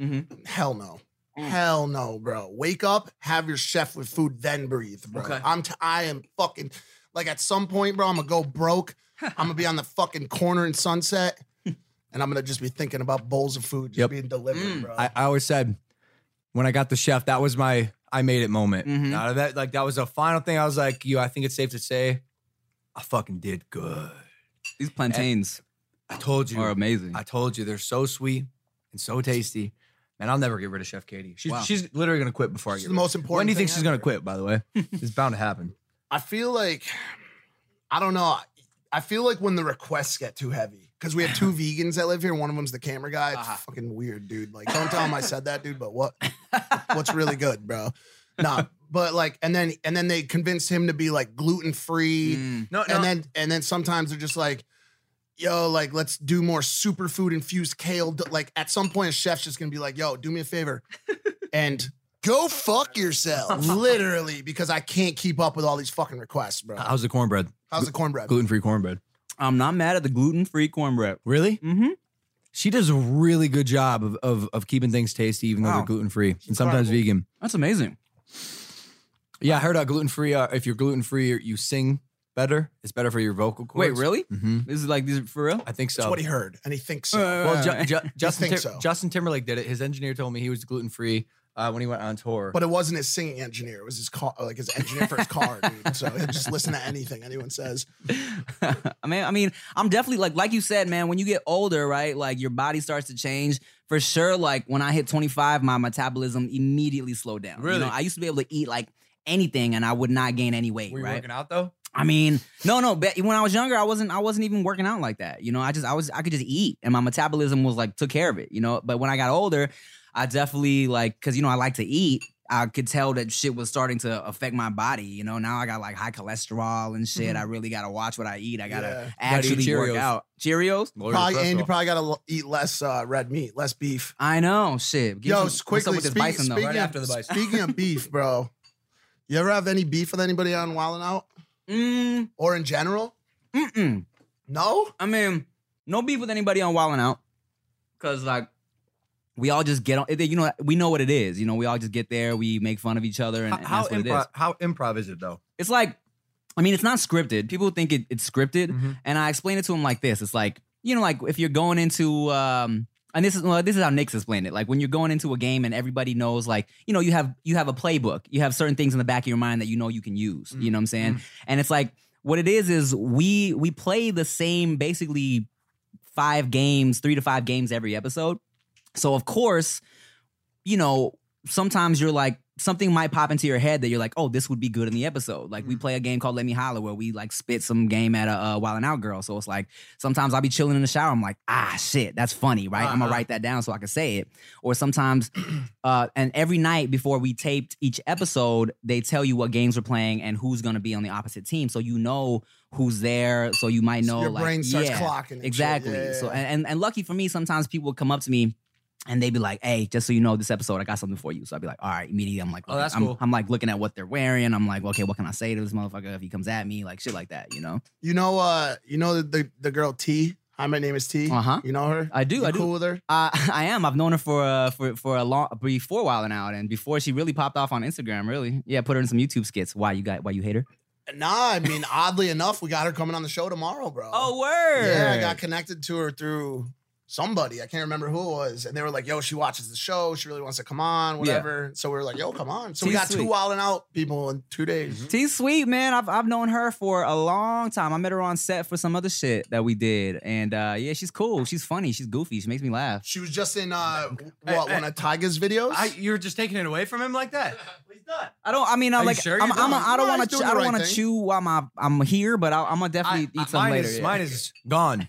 Mhm. Hell no. Mm. Hell no, bro. Wake up, have your chef with food, then breathe, bro. Okay. I'm t- I am fucking like at some point, bro, I'm gonna go (laughs) broke. I'm gonna be on the fucking corner in sunset. And I'm gonna just be thinking about bowls of food just Hmm. Yep. Mm. being delivered, bro. I, I always said when I got the chef, that was my I made it moment. Mm-hmm. Mhm. Out of that, like that was the final thing. I was like, you, I think it's safe to say, I fucking did good. These plantains I told you. are amazing. I told you they're so sweet and so tasty. And I'll never get rid of Chef Katie. She's, Wow. she's literally gonna quit before I She's get the rid of most her. When important do you think thing she's gonna quit? By (laughs) the way, it's bound to happen. I feel like I don't know. I feel like when the requests get too heavy, because we have two vegans that live here. One of them's the camera guy. It's Uh-huh. fucking weird, dude. Like, don't tell him I said that, dude. But what? What's really good, bro? Nah, but like, and then and then they convinced him to be like gluten free, Mm. No, and then and then sometimes they're just like, yo, like let's do more superfood infused kale. D- Like at some point, a chef's just gonna be like, yo, do me a favor, and. Go fuck yourself, literally, because I can't keep up with all these fucking requests, bro. how's the cornbread? How's the cornbread? Gluten free cornbread. I'm not mad at the gluten free cornbread. Really? Mm-hmm. She does a really good job of of, of keeping things tasty, even though Wow. they're gluten free and sometimes incredible. vegan. That's amazing. Yeah, I heard uh, gluten free. Uh, if you're gluten free, you sing better. It's better for your vocal cords. Wait, really? hmm This is like these are for real? I think so. That's what he heard, and he thinks so. well, (laughs) (laughs) Ju- Ju- Justin think Tim- so. Justin Timberlake did it. His engineer told me he was gluten free uh, when he went on tour. but it wasn't his singing engineer; it was his car, like his engineer for his car. Dude. So he'll just listen to anything anyone says. (laughs) I mean, I mean, I'm definitely like, like you said, man. When you get older, right? Like your body starts to change for sure. Like when I hit 25, my metabolism immediately slowed down. Really? You know, I used to be able to eat like anything, and I would not gain any weight. Were you right? working out though? I mean, no, no. But when I was younger, I wasn't. I wasn't even working out like that. You know, I just, I was, I could just eat, and my metabolism was like took care of it. You know, but when I got older, I definitely like because you know I like to eat. I could tell that shit was starting to affect my body. You know, now I got like high cholesterol and shit. I really gotta watch what I eat. I gotta Yeah. You gotta actually eat work Cheerios. out. Cheerios. Lower your Probably, and you cholesterol. probably got to eat less uh, red meat, less beef. I know. Shit. Give Yo, s- some- what's up quickly with this speak- bison though? speaking, right of, after the bison. speaking of beef, bro. You ever have any beef with anybody on Wild 'N Out Mm, or in general? mm-mm. No, I mean, no beef with anybody on Wildin' Out, cause like we all just get on. You know, we know what it is. You know, we all just get there. We make fun of each other, and, and how, that's what it improv, is. how improv is it though? It's like, I mean, it's not scripted. People think it, it's scripted, and I explain it to them like this. It's like you know, like if you're going into. um and this is well, this is how Nick's explained it. Like when you're going into a game and everybody knows, like you know, you have you have a playbook. You have certain things in the back of your mind that you know you can use. You know what I'm saying? And it's like what it is is we we play the same basically five games, three to five games every episode. So of course, you know, sometimes you're like something might pop into your head that you're like, oh, this would be good in the episode. Like Mm-hmm. we play a game called Let Me Holler where we like spit some game at a uh, Wild and Out girl. So it's like sometimes I'll be chilling in the shower. I'm like, ah, shit, that's funny, right? I'm gonna Uh-huh. write that down so I can say it. Or sometimes, (clears throat) uh, and every night before we taped each episode, they tell you what games we're playing and who's gonna be on the opposite team, so you know who's there. So you might So know. your like, brain starts yeah, clocking and shit. Exactly. Yeah, yeah, So yeah. and, and and lucky for me, sometimes people would come up to me and they'd be like, "Hey, just so you know, this episode, I got something for you." So I'd be like, "All right." Immediately, I'm like, Oh, that's I'm, cool. I'm like looking at what they're wearing. I'm like, "Okay, what can I say to this motherfucker if he comes at me?" Like shit, like that, you know? You know, uh, you know the the, the girl T. Hi, my name is T. Uh-huh. You know her. I do. You I do. Cool with her. Uh, I (laughs) am. I've known her for uh, for for a long before a while now, and before she really popped off on Instagram. Really, yeah. Put her in some YouTube skits. Why you got? Why you hate her? Nah, I mean, oddly enough, we got her coming on the show tomorrow, bro. Oh, word. Yeah, I got connected to her through somebody. I can't remember who it was. And they were like, yo, she watches the show. She really wants to come on, whatever. So we were like, yo, come on. So we She's got two sweet. wild and out people in two days. T Sweet, man. I've I've known her for a long time. I met her on set for some other shit that we did, and uh, yeah, she's cool. She's funny. She's goofy. She makes me laugh. She was just in uh what one of Tyga's videos? I, you're just taking it away from him like that. I don't. I mean, I Are you like. sure I'm, you're I'm a, doing- I don't No, want he's doing to. I the don't right want to thing. chew while my, I'm here, but I, I'm gonna definitely I- eat some mine later. Is, yeah. Mine is (laughs) gone.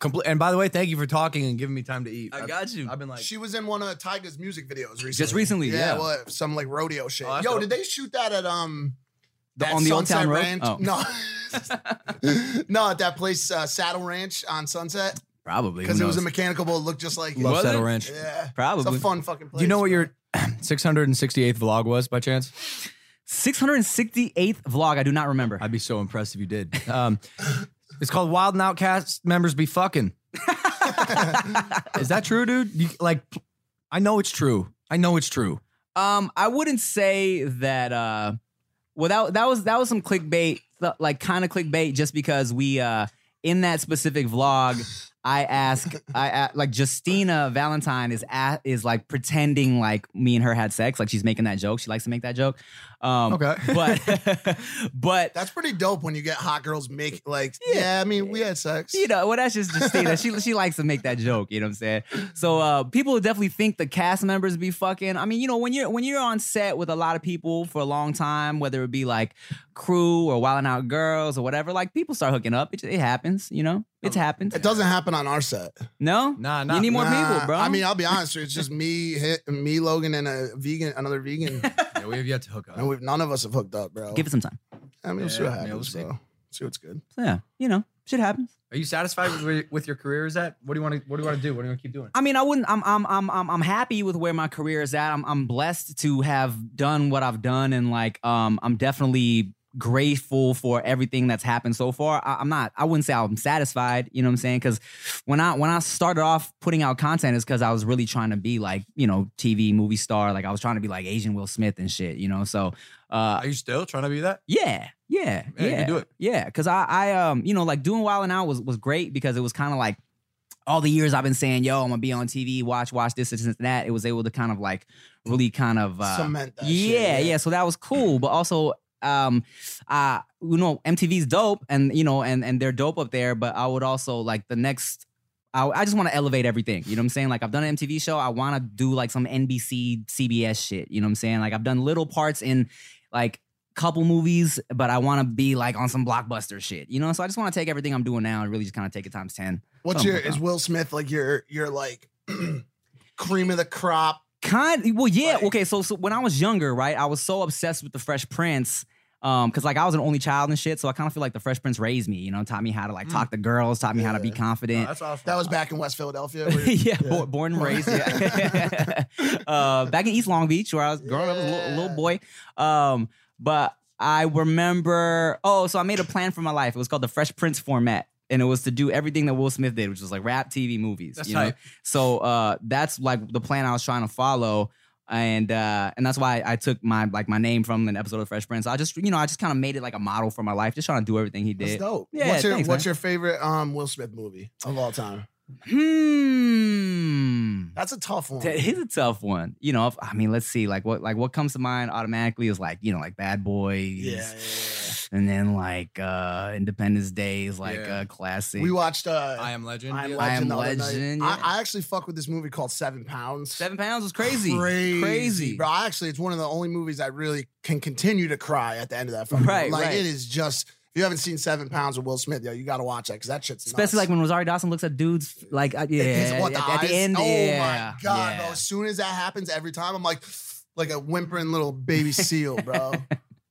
Comple- and by the way, thank you for talking and giving me time to eat. I got you. I've been like, she was in one of Tyga's music videos recently. recently, yeah. Oh, what, some like rodeo shit. that's Yo, dope. did they shoot that at um The- at on the Old Sunset Town Ranch? Road? Oh. (laughs) No, no, at that place uh, Saddle Ranch on Sunset probably because it was a knows? mechanical boat, looked just like it. Love Was Saddle it? Ranch. Yeah, It's Probably. a fun fucking place. do you know what your (clears throat) 668th vlog was by chance? 668th vlog. I do not remember. I'd be so impressed if you (laughs) did. Um, it's called Wild and Outcast Members Be (laughs) Fucking. Is that true, dude? You, like, I know it's true. I know it's true. Um, I wouldn't say that. Uh, well, that that was that was some clickbait, th- like kind of clickbait, just because we uh in that specific vlog, I ask, I a- like Justina Valentine is at, is like pretending like me and her had sex, like she's making that joke. She likes to make that joke. Um, Okay. but (laughs) but That's pretty dope when you get hot girls make like yeah. I mean, we had sex. You know, well, that's just Justina. she she likes to make that joke. You know what I'm saying? So uh, people definitely think the cast members be fucking. I mean, you know, when you're when you're on set with a lot of people for a long time, whether it be like crew or wilding out girls or whatever, like people start hooking up. It, it happens. You know, it's happened. It doesn't happen on our set. No, Nah, you nah. (laughs) need more Nah, people, bro. I mean, I'll be honest. with you, It's just me, hit, me, Logan, and a vegan, another (laughs) vegan. Yeah, we have yet to hook up. and we've, none of us have hooked up, bro. give it some time. I mean, we'll see Yeah, what yeah, happens, we'll see. bro. See what's good. So yeah, you know, shit happens. Are you satisfied with, where- with your career? Is that what do you want to? What do you want to do? What do you want to keep doing? I mean, I wouldn't. I'm, I'm, I'm, I'm, I'm happy with where my career is at. I'm, I'm blessed to have done what I've done, and like, um, I'm definitely grateful for everything that's happened so far. I, I'm not. I wouldn't say I'm satisfied. You know what I'm saying? Because when I when I started off putting out content, is because I was really trying to be like, you know, TV movie star. Like I was trying to be like Asian Will Smith and shit. You know, so. Uh, Are you still trying to be that? yeah, yeah, Yeah, yeah. you can do it. Oh, Yeah, because I, I, um, you know, like doing Wild and Out was was great because it was kind of like all the years I've been saying, "Yo, I'm gonna be on TV, watch, watch this, this, and that." It was able to kind of like really kind of uh, Cement that shit, yeah, yeah. yeah. So that was cool, but also. Um, uh, you know, MTV's dope, and you know, and and they're dope up there. But I would also like the next. I, I just want to elevate everything. You know what I'm saying? Like I've done an MTV show. I want to do like some NBC, CBS shit. You know what I'm saying? Like I've done little parts in like couple movies, but I want to be like on some blockbuster shit, you know. So I just want to take everything I'm doing now and really just kind of take it times ten. What's Something your like is that. Will Smith like your your like (clears throat) cream of the crop? Kind well, yeah, Like- okay. So so when I was younger, right, I was so obsessed with the Fresh Prince. Um, cause like I was an only child and shit, so I kind of feel like the Fresh Prince raised me, you know, taught me how to like talk to girls, taught me how to be confident. (laughs) awesome. That was back in West Philadelphia. where- yeah, bo- born and raised. Yeah. (laughs) uh, back in East Long Beach, where I was growing up as a little, little boy. Um, but I remember, oh, so I made a plan for my life. It was called the Fresh Prince format. And it was to do everything that Will Smith did, which was like rap, TV, movies. That's you know? tight. So uh, that's like the plan I was trying to follow, and uh, and that's why I took my like my name from an episode of Fresh Prince. I just you know I just kind of made it like a model for my life, just trying to do everything he did. That's dope. Yeah, what's your thanks, what's man. your favorite um Will Smith movie of all time? Hmm. That's a tough one. (laughs) That is a tough one. You know, if, I mean, let's see. Like what like what comes to mind automatically is like, you know, like Bad Boy. yeah, yeah, yeah. and then like uh Independence Day is like a classic. We watched uh, I Am Legend. I Am yeah. I Am Legend. the other night. Legend, yeah. I, I actually fuck with this movie called Seven Pounds. Seven Pounds was crazy. crazy, Crazy. bro. I Actually, it's one of the only movies I really can continue to cry at the end of that. Fucking Right, movie. like right. it is just. If you haven't seen Seven Pounds with Will Smith, yo, you got to watch that because that shit's nuts. Especially like when Rosario Dawson looks at dudes like uh, yeah His- what, at, at eyes? the end. Oh yeah, my god, yeah. bro! As soon as that happens, every time I'm like, like a whimpering little (laughs) baby seal, bro.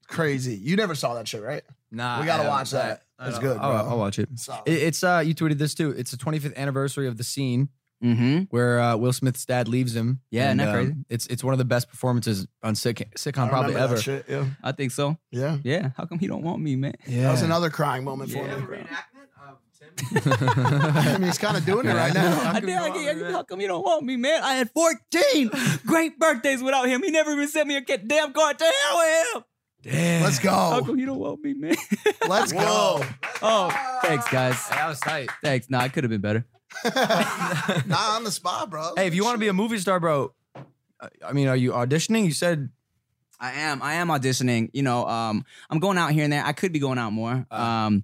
Crazy. You never saw that shit, right? Nah, We I gotta haven't. watch that. I- I That's don't- good, I'll, bro. oh, I'll watch it. Solid. It- It's uh, you tweeted this too. It's the 25th anniversary of the scene Mm-hmm. where uh, Will Smith's dad leaves him. Yeah, and, um, isn't that crazy? It's it's one of the best performances on sitcom, I sitcom probably remember ever. that shit, yeah. I think so. yeah, Yeah. How come he don't want me, man? (laughs) Yeah, That was another crying moment Yeah, for me. bro. (laughs) (laughs) I mean, he's kind of doing it right now. I did. I get- how come you don't want me, man? I (laughs) had 14 great birthdays without him. He never even sent me a ca- damn card. To hell with him. Let's How go. come you don't want me, man? (laughs) Let's go. oh, thanks, guys. That was tight. Thanks. Nah, I could have been better. (laughs) Not on the spot, bro. Hey, if you want to be a movie star, bro, I- I mean, are you auditioning? You said I am. I am auditioning. You know, um, I'm going out here and there. I could be going out more. Um,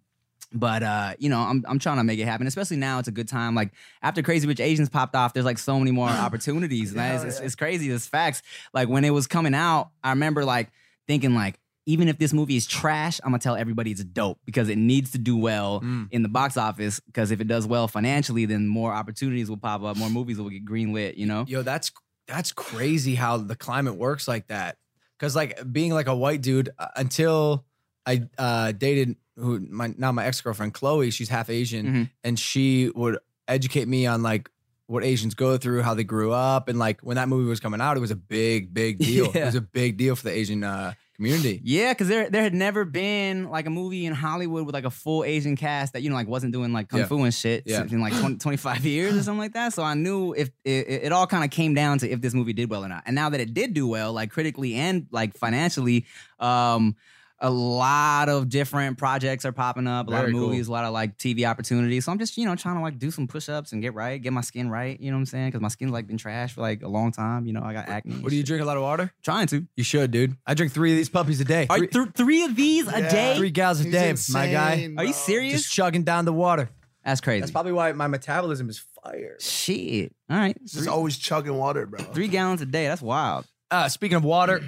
but uh, you know, I'm I'm trying to make it happen. Especially now, it's a good time. Like after Crazy Rich Asians popped off, there's like so many more opportunities. and it's, it's, it's crazy. It's facts. Like when it was coming out, I remember like thinking like. Even if this movie is trash, I'm gonna tell everybody it's dope because it needs to do well Mm. in the box office. Because if it does well financially, then more opportunities will pop up, more movies will get greenlit. You know, Yo, that's that's crazy how the climate works like that. Cause like being like a white dude uh, until I uh, dated who my now my ex girlfriend Chloe, she's half Asian, Mhm. and she would educate me on like what Asians go through, how they grew up, and like when that movie was coming out, it was a big (laughs) big deal. It Yeah. was a big deal for the Asian uh, community. Yeah, because there there had never been like a movie in Hollywood with like a full Asian cast that you know like wasn't doing like kung Yeah. fu and shit Yeah. in like 20, 25 years or something like that. So I knew if it, it- it all kind of came down to if this movie did well or not. And now that it did do well, like critically and like financially, um, a lot of different projects are popping up. A lot Very of cool. movies, a lot of like TV opportunities. So I'm just you know trying to like do some push ups and get right, get my skin right. You know what I'm saying? Because my skin's like been trash for like a long time. You know I got acne. and What do you shit. drink? A lot of water? trying to? You should, dude. I drink three of these puppies a day. Are Three, th- three of these a Yeah. day? three gals a He's day, my insane, guy. Are bro. you serious? Just chugging down the water. That's crazy. That's probably why my metabolism is fire. Shit. All right. He's just always chugging water, bro. Three gallons a day. That's wild. Uh, speaking of water,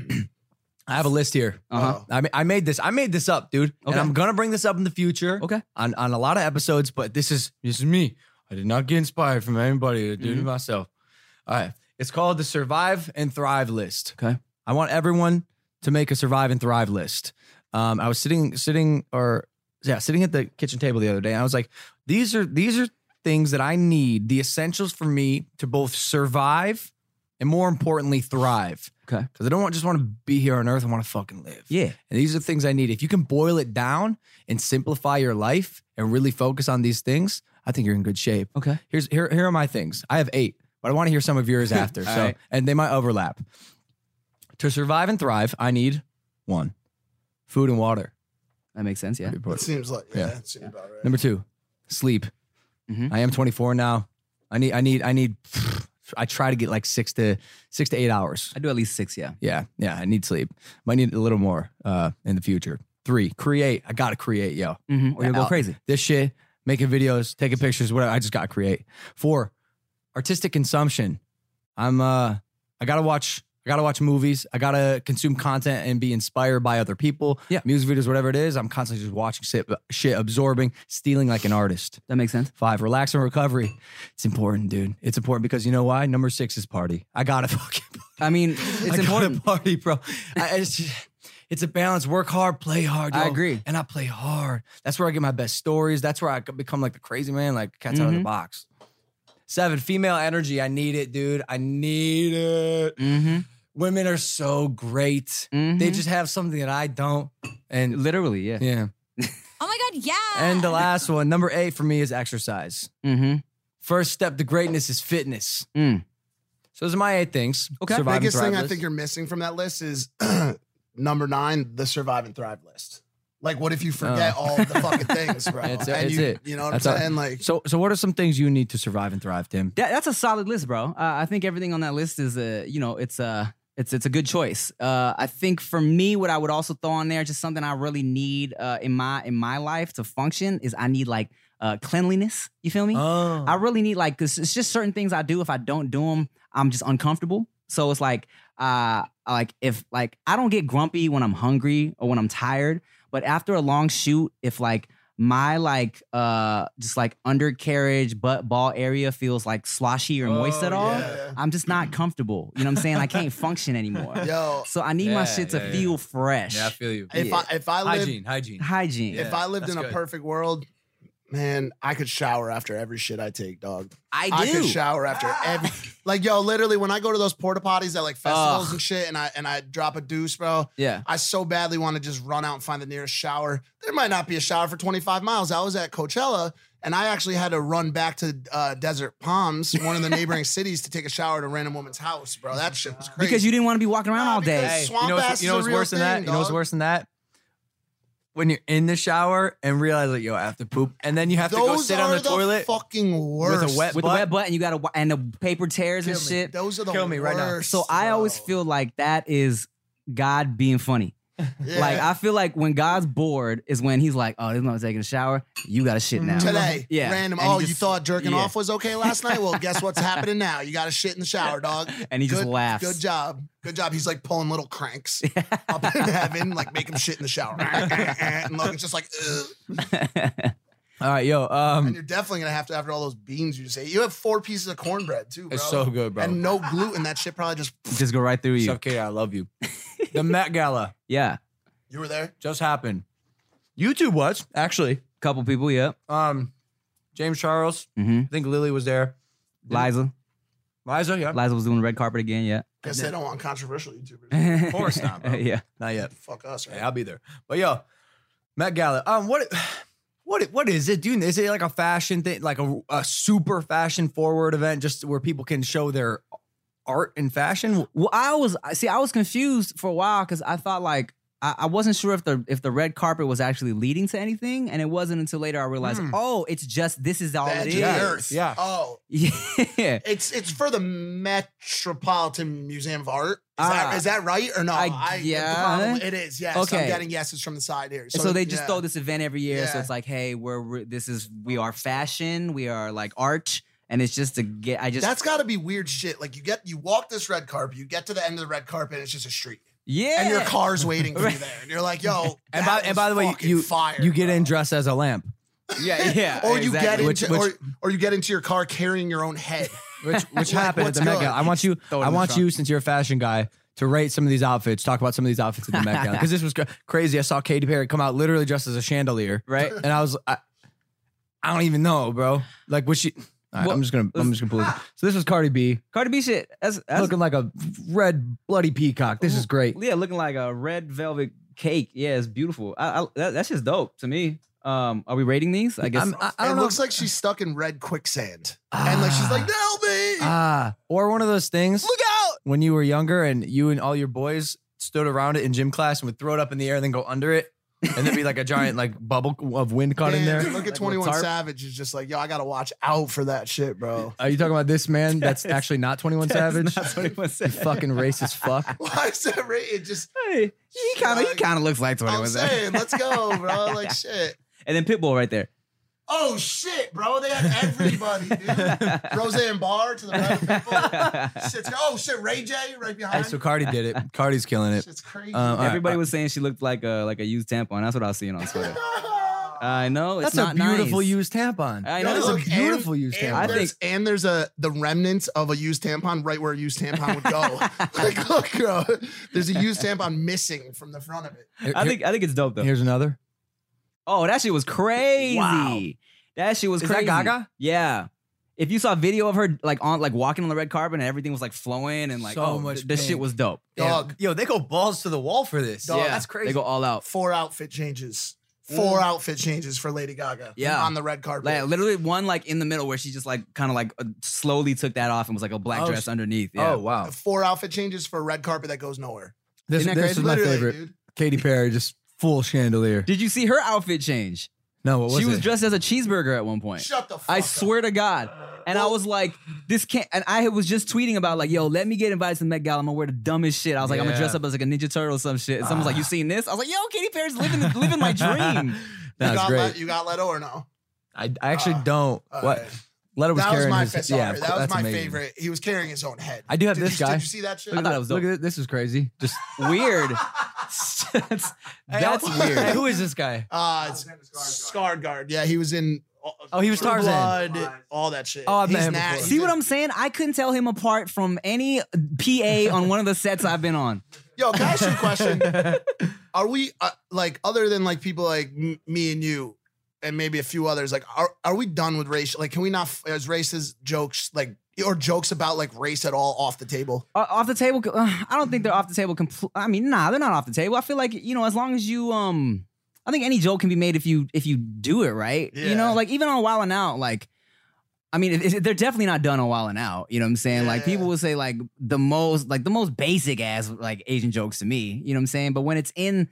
I have a list here. Uh-huh. I ma- I made this. I made this up, dude. Okay. And I'm gonna bring this up in the future. Okay. On on a lot of episodes, but this is this is me. I did not get inspired from anybody. I did it Mhm. myself. All right. It's called the Survive and Thrive list. Okay. I want everyone to make a Survive and Thrive list. Um, I was sitting sitting or yeah sitting at the kitchen table the other day. And I was like, these are these are things that I need, the essentials for me to both survive and more importantly thrive. Okay. Because I don't want, just want to be here on earth. I want to fucking live. Yeah. And these are things I need. If you can boil it down and simplify your life and really focus on these things, I think you're in good shape. Okay. Here's here here are my things. I have eight, but I want to hear some of yours after. so All right. and they might overlap. To survive and thrive, I need one, food and water. That makes sense. Yeah. It seems like Yeah. yeah, it seems about right. Number two, sleep. Mhm. I am 24 now. I need I need I need. I try to get like six to six to eight hours. I do at least six. Yeah. Yeah, yeah, I need sleep. Might need a little more uh, in the future. Three, create. I gotta create, yo. Mm-hmm. Or you'll go Out. crazy. This shit, making videos, taking pictures, whatever. I just gotta create. Four, artistic consumption. I'm uh, I gotta watch. I gotta watch movies. I gotta consume content and be inspired by other people. Yeah. music videos, whatever it is. I'm constantly just watching shit, shit, absorbing, stealing like an artist. That makes sense. Five, relax and recovery. It's important, dude. It's important because you know why? Number six is party. I gotta (laughs) fucking I mean, I it's gotta (laughs) important. party, bro. I, it's just- it's a balance. Work hard, play hard. I yo. agree. and I play hard. That's where I get my best stories. That's where I could become like the crazy man, like cats out of Mm-hmm. the Mhm. box. Seven, female energy. I need it, dude. I need it. Mm-hmm. Women are so great. Mm-hmm. They just have something that I don't. And literally, yeah. yeah. Oh my God, yeah. And the last one, number eight for me is exercise. Mm-hmm. First step to greatness is fitness. Mm. So those are my eight things. Okay. Survive and Biggest thrive thing I list. think you're missing from that list is (clears throat) number nine, the survive and thrive list. Like, what if you forget Oh. all the fucking things, bro? (laughs) It's- and it's you, it. you know what That's all- I'm saying? Like, So, so what are some things you need to survive and thrive, Tim? That, that's a solid list, bro. Uh, I think everything on that list is a, you know, it's a, It's it's a good choice. Uh, I think for me, what I would also throw on there, just something I really need uh, in my in my life to function, is I need like uh, cleanliness. You feel me? Oh. I really need like 'cause it's just certain things I do. If I don't do them, I'm just uncomfortable. So it's like uh like if like I don't get grumpy when I'm hungry or when I'm tired, but after a long shoot, if like my like uh just like undercarriage butt ball area feels like sloshy or moist Oh, at all, yeah. I'm just not comfortable. You know what I'm saying? I can't function (laughs) anymore. Yo, So I need Yeah, my shit to yeah, yeah. feel fresh. Yeah, I feel you. if I if I lived hygiene, hygiene. Hygiene. if I lived in that's a good. perfect world, man, I could shower after every shit I take, dog. I I do. could shower after every like yo, literally when I go to those porta potties at like festivals and shit and I and I drop a deuce, bro. Yeah. I so badly want to just run out and find the nearest shower. There might not be a shower for 25 miles. I was at Coachella and I actually had to run back to uh, Desert Palms, one of the neighboring cities, to take a shower at a random woman's house, bro. That shit was crazy. Because you didn't want to be walking around Nah, all day. because Hey, swamp you know what's, ass is you know a what's real worse than that? thing, You know what's dog. worse than that? When you're in the shower and realize like, yo, I have to poop, and then you have to go Those sit are on the, the toilet fucking with worst. a wet with the butt. wet butt and you got to and the paper tears and Kill me. shit. Those are the Kill me right now. worst, So I always bro. feel like that is God being funny. Yeah. Like I feel like when God's bored is when he's like, "Oh, this one's taking a shower. You got to shit now." Mm-hmm. today. yeah, Random. And he oh, you just- thought jerking yeah. off was okay last night? Well, guess (laughs) what's happening now? You got to shit in the shower, dog. And he just Good- laughs. Good job. Good job. He's like pulling little (laughs) cranks up in heaven, like make him shit in the shower. (laughs) and Logan's just like, Ugh. All right, yo, and um, you're definitely gonna have to after all those beans you just ate. You have four pieces of cornbread too, bro. it's so good, bro. And no gluten. That shit probably just. (laughs) Just go right through you. Suffocated, I (laughs) love you. the Met Gala yeah, You were there. just happened. YouTube was actually. couple people. Yep. Um, James Charles, Mm-hmm. I think Lily was there. Liza, Liza, yeah, Liza was doing the red carpet again. Yeah. Guess they don't want controversial (laughs) YouTubers. of course not, bro. yeah. not yet. Fuck us, Hey, right? I'll be there. But yo, Met Gala. Um, what, (sighs) what, what is it, dude? Is it like a fashion thing, like a, a super fashion forward event, just where people can show their art and fashion? Well, I was see, I was confused for a while because I thought like I, I wasn't sure if the if the red carpet was actually leading to anything, and it wasn't until later I realized, Hmm. oh, it's just this is all That's it the is. earth. Yeah. Oh, (laughs) Yeah. It's it's for the Metropolitan Museum of Art. Is, Ah. that, is that right or no? I- the problem- yeah. it is. Yes, Okay. I'm getting yeses from the side here. So, they just yeah. throw this event every year. So Yeah. it's like, hey, we're, we're this is we are fashion, we are like art, and it's just to get. I just That's got to be weird shit. Like you get you walk this red carpet, you get to the end of the red carpet, and it's just a street, yeah. and your car's waiting (laughs) for you there, and you're like, yo. And by that and by the was way, fucking you fire, you get bro. in dressed as a lamp, yeah, (laughs) yeah. Or you exactly. get Which- into, which- or, or you get into your car carrying your own head. (laughs) which which Like, happened at what's the Met good? Gala. I want you, it I in the want trunk. you, since you're a fashion guy, to rate some of these outfits. Talk about some of these outfits at the Met Gala because this was cra- crazy. I saw Katy Perry come out literally dressed as a chandelier, Right. And I was, I, I don't even know, bro. Like, was she? all right, Well- I'm just gonna, I'm just gonna pull it. So this was Cardi B Cardi B shit. That's, that's looking like a red bloody peacock. This is great. Yeah, looking like a red velvet cake. Yeah, it's beautiful. I, I that, that's just dope to me. Um, are we rating these? I guess. I'm, (laughs) I, I it don't know. looks like she's stuck in red quicksand, and like she's like, help me. ah, or one of those things. Look out! When you were younger and you and all your boys stood around it in gym class and would throw it up in the air and then go under it. and there'd be like a giant like (laughs) bubble of wind caught Damn, in there. dude, Look at Like, Twenty One tarp. Savage is just like, yo, I gotta watch out for that shit, (laughs) bro. Are you talking about this man that's actually not 21 Savage? That's what it (laughs) was. You fucking (laughs) racist fuck. Why is that right? It (laughs) just Hey, he kind of he Like, kind of looks like Twenty I'm One saying, let's (laughs) go, bro. Like shit. and then Pitbull right (laughs) there. Oh shit, bro. They had everybody, (laughs) dude. Roseanne Barr to the right of people. Shit's, oh shit, Ray J right Hey, behind. so Cardi did it. Cardi's killing it. Shit's crazy. Um, (laughs) all right. Everybody was saying she looked like a like a used tampon. That's what I was seeing on Twitter. I know it's That's a not beautiful nice. used tampon. I Yo, know. That is a look, and- beautiful used and tampon. I there's- and there's a the remnants of a used tampon right where a used tampon would (laughs) go. (laughs) like, look, bro, there's a used tampon missing from the front of it. Here- I think I think it's dope though. here's another. Oh, that shit was crazy. Wow. That shit was Is that crazy. Gaga? Yeah. If you saw a video of her like on like walking on the red carpet and everything was like flowing and like So oh much th- this shit pink. was dope. Dog. Yo, they go balls to the wall for this. Dog. yeah, that's They go all out. Four outfit changes. Four Mm. outfit changes for Lady Gaga. Yeah. On the red carpet. Like literally one like in the middle where she just like kind of like uh, slowly took that off and was like a black Oh, dress sh- underneath. Yeah. Oh wow. four outfit changes for a red carpet that goes nowhere. This, Isn't that this is crazy? my Literally, favorite. dude. Katy Perry just full chandelier. Did you see her outfit change? No, what was she was it? dressed as a cheeseburger at one point. Shut the fuck I up. swear to God. And I was like, this can't. And I was just tweeting about like, yo, let me get invited to the Met Gala. I'm gonna wear the dumbest shit. I was like, I'm gonna Yeah. Ah. dress up as like a Ninja Turtle or some shit. And someone's like, you seen this? I was like, yo, Katy Perry's living (laughs) living my dream. you That's got great. Let, you got Leto or no? I, I actually don't. all What? right. Letter was that was carrying my his- fa- sorry, yeah, that was that's my amazing. favorite. He was carrying his own head. I do have Did this you- guy. Did you see that shit? I thought it was Look dope. at this. This is crazy. Just Weird. (laughs) that's weird. Who is this guy? Uh, it's Scarguard. Yeah, he was in. Oh, he was True Tarzan. Blood, all that shit. Oh, I've He's met him na- before. he's See in- what I'm saying? I couldn't tell him apart from any PA on one of the sets I've been on. Yo, can I ask you a question? are we uh, like other than like people like m- me and you, and maybe a few others? Like, are are we done with race? Like, can we not f- as racist jokes like or jokes about like race at all off the table? Uh, off the table, uh, I don't think they're off the table. Compl- I mean, nah, they're not off the table. I feel like you know, as long as you, um, I think any joke can be made if you if you do it right. You Yeah. know, like even on Wild and Out, like. I mean, it- it- they're definitely not done on Wild and Out. You know what I'm saying? Like people will say like the most like the most basic ass like Asian jokes to me. You know what I'm saying? But when it's in,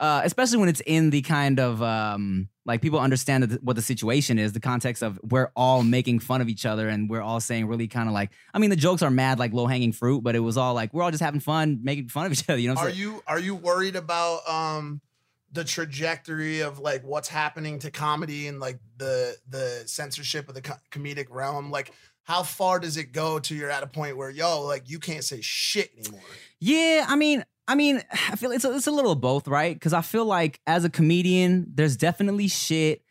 uh, especially when it's in the kind of um like people understand that what the situation is, the context of we're all making fun of each other and we're all saying really kind of like I mean the jokes are mad like low hanging fruit, but it was all like we're all just having fun making fun of each other. You know what I'm Are saying? you are you worried about um the trajectory of like what's happening to comedy and like the the censorship of the co- comedic realm? Like, how far does it go to you're at a point where yo like you can't say shit anymore? Yeah, I mean, I mean, (sighs) I feel it's a, it's a little of both, right? Because I feel like as a comedian, there's definitely shit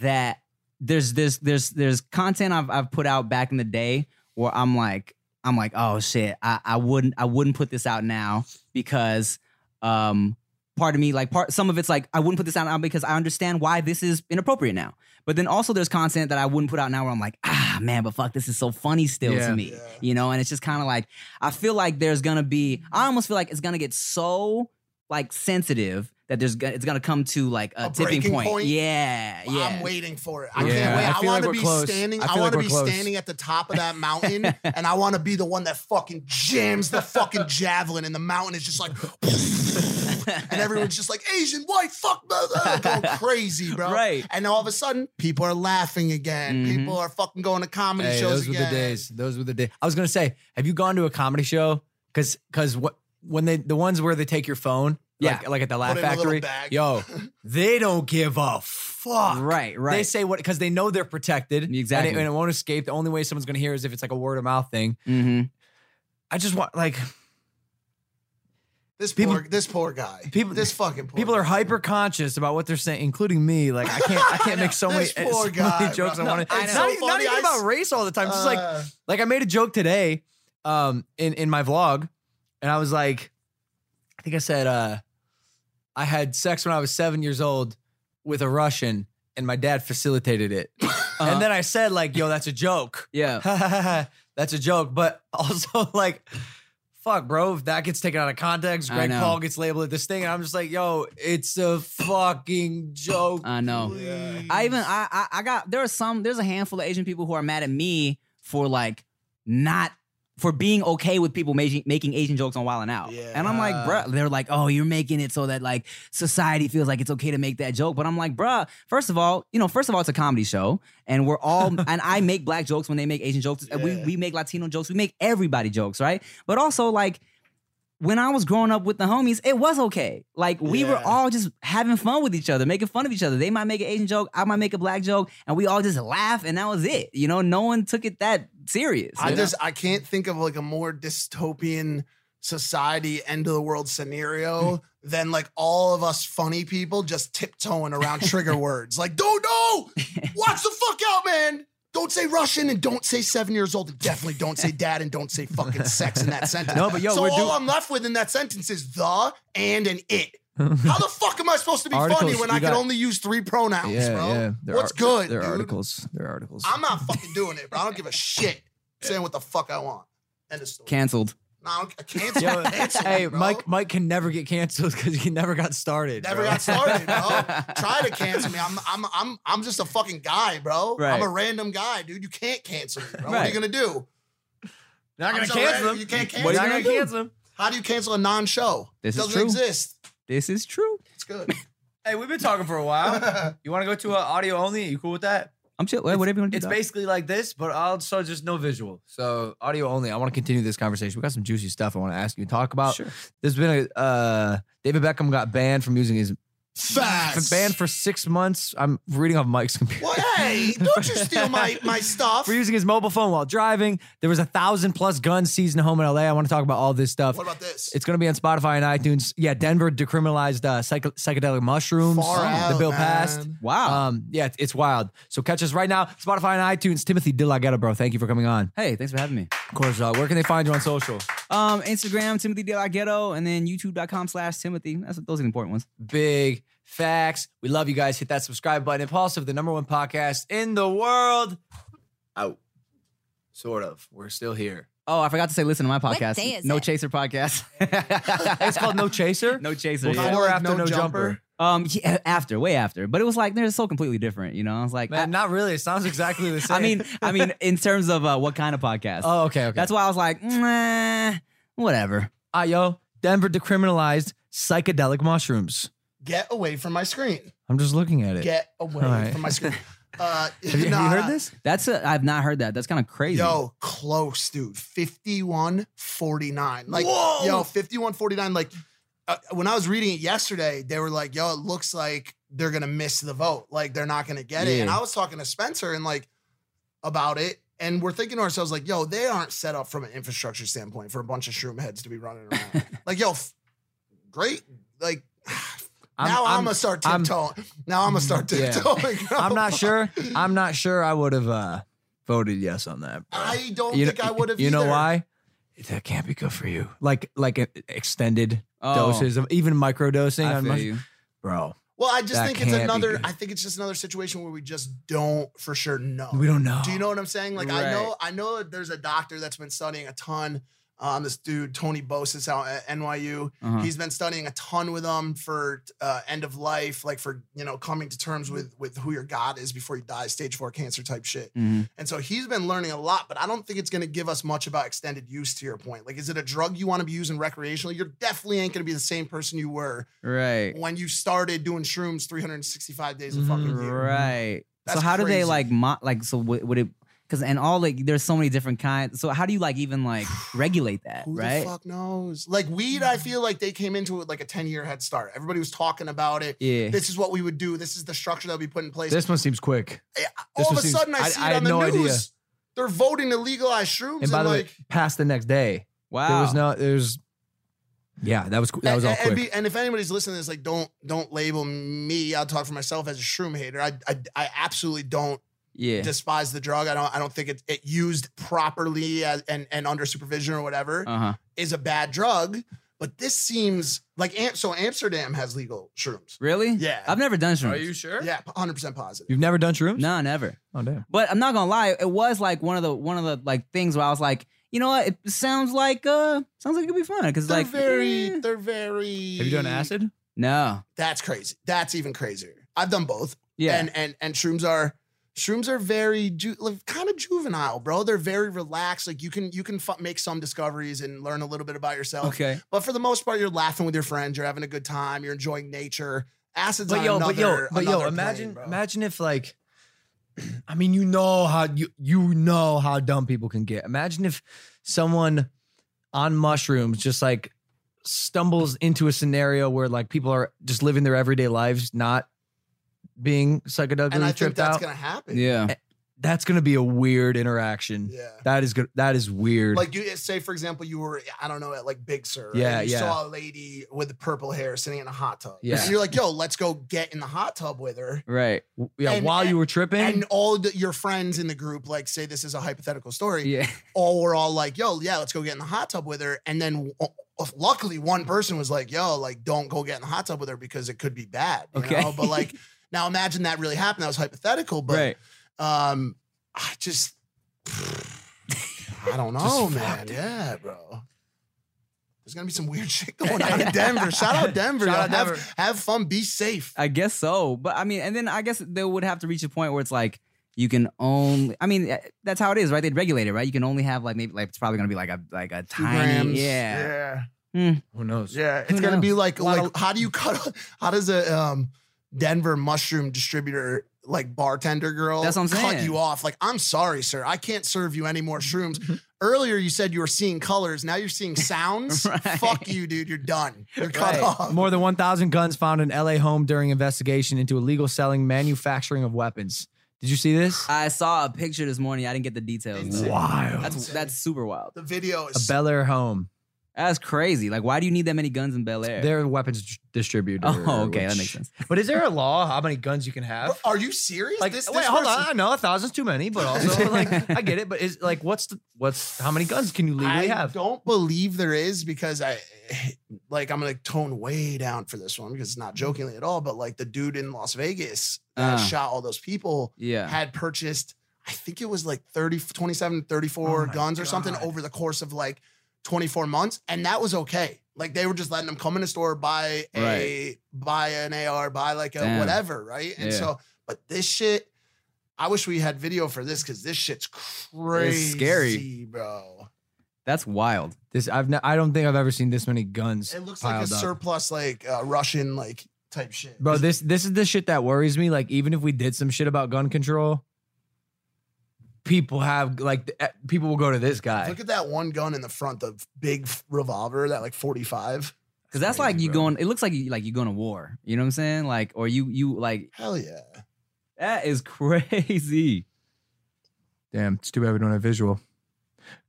that there's there's there's there's content I've I've put out back in the day where I'm like I'm like oh shit I I wouldn't I wouldn't put this out now because um part of me like part some of it's like I wouldn't put this out now because I understand why this is inappropriate now. But then also there's content that I wouldn't put out now where I'm like ah man but fuck this is so funny still Yeah. to me you know and it's just kind of like I feel like there's gonna be. I almost feel like it's gonna get so like sensitive that there's gonna it's gonna come to like a, A tipping breaking point. point? Yeah, yeah. I'm waiting for it. I Yeah, can't wait. I I, feel like want to we're be close. standing. I I, feel like want to we're be close. standing at the top of that mountain, (laughs) and I want to be the one that fucking jams the fucking javelin, and the mountain is just like, (laughs) and everyone's just like Asian white fuck, blah, blah, going (laughs) crazy, bro. Right. And all of a sudden, people are laughing again. Mhm. People are fucking going to comedy Mm-hmm. Hey, shows those again. were the days. Those were the days. I was gonna say, have you gone to a comedy show? Because because what when they the ones where they take your phone, Yeah. like, like at the Laugh in a little Factory, bag. yo, they don't give a fuck. Right, right. They say what because they know they're protected. and it- Exactly. and it, won't escape. The only way someone's gonna hear is if it's like a word of mouth thing. mm-hmm. I just want like (laughs) This People- poor, this poor guy. people- this fucking poor people are guy. hyper conscious about what they're saying, including me. Like I can't I (laughs) can't make so many, This poor (laughs) so guy, many jokes bro. I want to. No, Not, it's so even- not funny. (laughs) even I about s- race all the time. It's just like Uh, like I made a joke today um in in my vlog and I was like I think I said uh I had sex when I was 7 years old with a Russian and my dad facilitated it. Uh-huh. And then I said like yo that's a joke. Yeah. that's a joke but (laughs) also like fuck bro if that gets taken out of context I Greg know. Paul gets labeled at this thing and I'm just like yo it's a fucking joke. I know. I even I, I I got there are some there's a handful of Asian people who are mad at me for like not for being okay with people making making Asian jokes on Wild and Out. And I'm like, bruh, they're like, oh, you're making it so that like society feels like it's okay to make that joke. But I'm like, bruh, first of all, you know, first of all, it's a comedy show, and we're all and I make black jokes when they make Asian jokes. and We we make Latino jokes, we make everybody jokes, right? But also like when I was growing up with the homies, it was okay. Like we were all just having fun with each other, making fun of each other. They might make an Asian joke, I might make a black joke, and we all just laugh, and that was it. You know, no one took it that serious. I you know? just I can't think of like a more dystopian society end of the world scenario Hmm. than like all of us funny people just tiptoeing around (laughs) trigger words. Like, don't know, watch the fuck out, man. Don't say Russian and don't say seven years old and definitely don't say dad and don't say fucking sex in that sentence. No, but yo, so we're all do- I'm left with in that sentence is the and and it. (laughs) How the fuck am I supposed to be funny Articles, when you I can got- only use three pronouns, bro? They're What's art- good, They're dude? articles. They're articles. I'm not fucking doing it, bro. I don't give a shit. saying what the fuck I want. End of story. canceled. no, I don't- I cancel. Yo, (laughs) cancel hey, it, bro. Mike. Mike can never get canceled because he never got started. Never bro. got started, bro. Try to cancel me. I'm, I'm, I'm, I'm just a fucking guy, bro. Right. I'm a random guy, dude. You can't cancel me, bro. What are Right. you gonna do? (laughs) Not I'm gonna so cancel ready. him. You can't cancel What me. are you gonna Not cancel him? How do you cancel a non-show? This it is doesn't true. exist. This is true. It's good. (laughs) Hey, we've been talking for a while. You want to go to uh, audio only? You cool with that? I'm chill. Whatever you want to do. It's dog. basically like this, but also just no visual. So audio only. I want to continue this conversation. We got some juicy stuff I want to ask you to talk about. Sure. There's been a uh, David Beckham got banned from using his Facts. Banned for six months. I'm reading off Mike's (laughs) computer. (laughs) Well, hey, don't you steal my my stuff. For using his mobile phone while driving. There was a thousand plus guns seized in a home in LA. I want to talk about all this stuff. What about this? It's going to be on Spotify and iTunes. Yeah, Denver decriminalized uh, psych- psychedelic mushrooms. Far the out, bill man. passed. Wow. Um, yeah, it's- it's wild. So catch us right now, Spotify and iTunes. Timothy De La Ghetto, bro. Thank you for coming on. hey, thanks for having me. Of course, dog. Where can they find you on social? Um, Instagram, Timothy De La Ghetto, and then youtube.com slash Timothy. That's those are the important ones. Big facts. We love you guys. Hit that subscribe button. Impulsive, the number one podcast in the world. Out. Sort of. We're still here. (laughs) Oh, I forgot to say listen to my What podcast. day is no it? Chaser podcast. (laughs) it's called No Chaser. no Chaser. Before, yeah. Kinda like after, no, No jumper. Jumper. Um, yeah, after, way after. But it was like they're so completely different, you know. I was like, Man, not really. It sounds exactly the (laughs) I, same. I mean, I mean, in terms of uh, what kind of podcast. oh, okay, okay. That's why I was like, nah, whatever. ah, yo. Denver decriminalized psychedelic mushrooms. Get away from my screen. I'm just looking at it. Get away All right. from my (laughs) screen. Uh, have, you, have you nah, heard this? That's i I've not heard that. That's kind of crazy. Yo, close, dude. 5149. Like, yo, 5149. Like, uh, when I was reading it yesterday, they were like, yo, it looks like they're going to miss the vote. Like, they're not going to get it. And Yeah. I was talking to Spencer and like about it. And we're thinking to ourselves, like, yo, they aren't set up from an infrastructure standpoint for a bunch of shroom heads to be running (laughs) around. like, yo, f- great. Like, (sighs) now I'm, gonna start I'm- tiptoeing. now I'm gonna start Yeah. tiptoeing. (laughs) I'm not sure. I'm not sure I would have uh, voted yes on that. bro. I don't You think know- I would have. You know why? That can't be good for you. Like like uh, extended Oh. doses of even microdosing. I on feel mush- you. Bro, Well, I just That think it's can't be another. good. I think it's just another situation where we just don't for sure know. we don't know. Do you know what I'm saying? Like I know, Right. I know that there's a doctor that's been studying a ton. Um, this dude Tony Bosis out at NYU. Uh-huh. He's been studying a ton with them for uh, end of life, like for you know coming to terms with with who your God is before you die, stage four cancer type shit. Hmm. Mhm. And so he's been learning a lot, but I don't think it's going to give us much about extended use to your point. Like, is it a drug you want to be using recreationally? You're definitely ain't going to be the same person you were Right. when you started doing shrooms 365 days a Mm, fucking year. Right. Mm-hmm. That's so how do they crazy. like mo- like so would, would it because and all like there's so many different kinds. So how do you like even like regulate (sighs) that? Who right. the fuck knows? Like weed, I feel like they came into it with, like a 10 year head start. Everybody was talking about it. Yeah. This is what we would do. This is the structure that we put in place. Eh. This one seems quick. this All of one a seems- sudden, I I- see I it had on the no idea. news. They're voting to legalize shrooms. And by the like, way, past the next day, wow. there was no there's. Yeah, that was qu- that was all and, quick. and be- and if anybody's listening to this, like, don't don't label me. I'll talk for myself as a shroom hater. I I, I absolutely don't yeah. despise the drug. I don't I don't think it, it used properly as, and and under supervision or whatever. uh huh. is a bad drug, but this seems like Am- so Amsterdam has legal shrooms. Really? Yeah. I've never done shrooms. sure? Yeah, 100% positive. You've never done shrooms? No, never. Oh damn. But I'm not gonna lie, it was like one of the one of the like things where I was like, you know what, it sounds like uh sounds like it could be fun because They're like very, eh, they're very. Have you done acid? no, That's crazy. That's even crazier. I've done both. yeah, And and and shrooms are shrooms are very ju- like kind of juvenile, bro. They're very relaxed. Like you can you can fu- make some discoveries and learn a little bit about yourself. okay, But for the most part, you're laughing with your friends. You're having a good time. You're enjoying nature. Acid's but on yo, another, but yo, but yo, another imagine, plane, bro. imagine if like, (clears throat) I mean, you know how you you know how dumb people can get. Imagine if someone on mushrooms just like stumbles into a scenario where like people are just living their everyday lives, not being psychedelically And I think tripped that's out. gonna happen. yeah, that's gonna be a weird interaction. Yeah. That is good. That is weird. Like you say, for example, you were I don't know at like Big Sur. Yeah, and you yeah. Saw a lady with purple hair sitting in a hot tub. Yeah. and you're like, yo, let's go get in the hot tub with her. right, W- yeah, and- while you and- were tripping, And all the, your friends in the group, like, say this is a hypothetical story. yeah, All were all like, yo, yeah, let's go get in the hot tub with her. And then uh, luckily, one person was like, yo, like, don't go get in the hot tub with her because it could be bad. you Okay. know? But (laughs) like, now imagine that really happened. That was hypothetical, (laughs) but right. um, I just, I (laughs) don't know, man. Yeah, bro. There's gonna be some weird (laughs) shit (laughs) going on in Denver. Shout out Denver. Shout y'all. out have, Denver. have fun. Be safe. I guess so, but I mean, and then I guess they would have to reach a point where it's like you can only. I mean, eh, that's how it is, right? They'd regulate it, right? You can only have like maybe like it's probably gonna be like a like a Two tiny, grams. yeah. who knows? yeah, yeah. It's Who gonna be like lot like how do you cut? How does a um Denver mushroom distributor like bartender girl That's what I'm cut saying. you off. Like, I'm sorry, sir. I can't serve you any more (laughs) shrooms. Earlier you said you were seeing colors. Now you're seeing sounds. Fuck you, dude. You're done. You're cut off. More than 1,000 guns found in LA home during investigation into illegal selling, manufacturing of weapons. Did you see this? I saw a picture this morning. I didn't get the details. though. Wild. That's that's super wild. The video A Bel Air home. That's crazy. Like, why do you need that many guns in Bel Air? They're a weapons d- distributor. (laughs) Oh, okay, that makes sense. But is there a law how many guns you can have? Are you serious? Like, oh, this, wait, this hold on. person- I know a thousand's too many, but (laughs) also like I get it. But is like, what's the what's how many guns can you legally I have? don't believe there is because I like I'm gonna tone way down for this one because it's not jokingly at all. But like the dude in Las Vegas that Uh. shot all those people Yeah. had purchased, I think it was like 30, 27, 34 Oh my guns or something God. over the course of like 24 months, and that was okay. Like they were just letting them come in the store, buy a buy an AR, buy like a Damn. whatever, right? And Yeah. so, but this shit, I wish we had video for this because this shit's crazy, It's scary. bro. That's wild. This I've not, I don't think I've ever seen this many guns. It looks like a piled up. surplus, like uh, Russian, like type shit. Bro, this this is the shit that worries me. Like, even if we did some shit about gun control, people have like th- eh, people will go to this guy. Look at that one gun in the front, the big f- revolver, that like forty-five. Cause that's Crazy, like you bro. going. It looks like you like you going to war. You know what I'm saying? Like, or you you like Hell yeah! that is (laughs) crazy. Damn, it's too bad we don't have visual.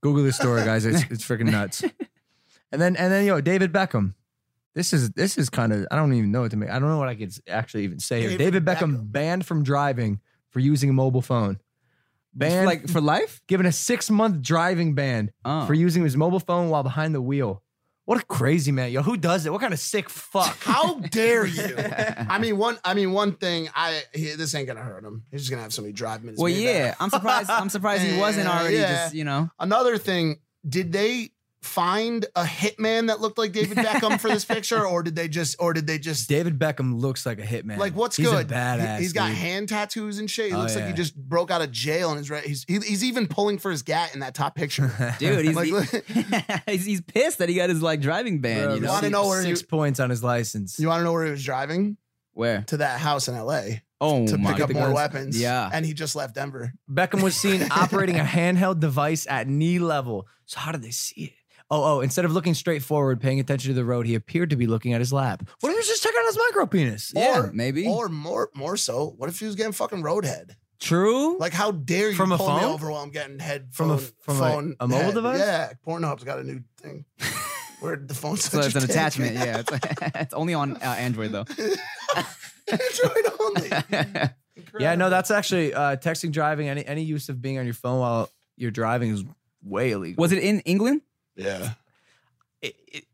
Google this story, guys. It's it's freaking nuts. (laughs) And then and then yo, David Beckham. This is this is kind of I don't even know what to make. I don't know what I could s- actually even say here. David David Beckham, Beckham. banned from driving for using a mobile phone. Banned like for life. given a six month driving ban Oh. for using his mobile phone while behind the wheel. What a crazy man, yo! Who does it? What kind of (laughs) sick fuck? How dare you? I mean, one. I mean, one thing. I he, this ain't gonna hurt him. He's just gonna have somebody drive him. in his Well, Maybach. yeah. I'm surprised. I'm (laughs) surprised he wasn't Yeah, already. yeah. Just (laughs) you know. Another thing. Did they find a hitman that looked like David Beckham for this picture, or did they just, or did they just? David Beckham looks like a hitman. Like what's he's good? A He- badass. he's got dude. (laughs) hand tattoos and shit. He Oh, looks like he yeah. just broke out of jail and is right. He's he, he's even pulling for his gat in that top picture. (laughs) Dude, he's, Like, look- he's he's pissed that he got his like driving ban. Bro, you know wanna six- know where six you- points on his license. You want to know where he was driving? where? To that house in LA Oh to my pick up God. more guns- weapons. Yeah. And he just left Denver. Beckham was seen (laughs) operating a handheld device at knee level. So how did they see it? Oh, oh! Instead of looking straight forward, paying attention to the road, he appeared to be looking at his lap. What if he was just checking out his micro penis? Yeah, Or- maybe. Or more more so, what if he was getting fucking roadhead? True. Like, how dare you From a pull me phone? over while I'm getting head From a- phone- from a- phone a mobile head. device? Yeah, Pornhub's got a new (laughs) thing where the phone's so such it's a an dick. attachment. Yeah, it's, (laughs) it's only on uh, Android though. (laughs) (laughs) Android only. (laughs) Yeah, no, Incredible. that's actually uh, texting, driving, any any use of being on your phone while you're driving is way illegal. Was it in England? yeah. It- it-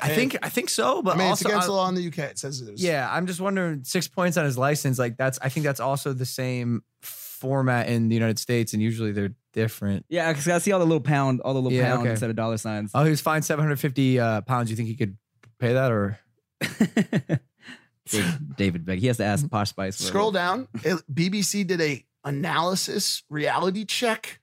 I think I think so, but I mean, also, it's against I- the law in the UK. It says there's yeah, I'm just wondering six points on his license. Like that's I think that's also the same format in the United States, and usually they're different. Yeah, because I see all the little pound, all the little Yeah, pound okay. instead of dollar signs. (laughs) Oh, he was fined 750 uh, pounds. You think he could pay that, or David, David Beck. He has to ask Mm-hmm. Posh Spice. for it. Scroll down. It- BBC did a analysis reality check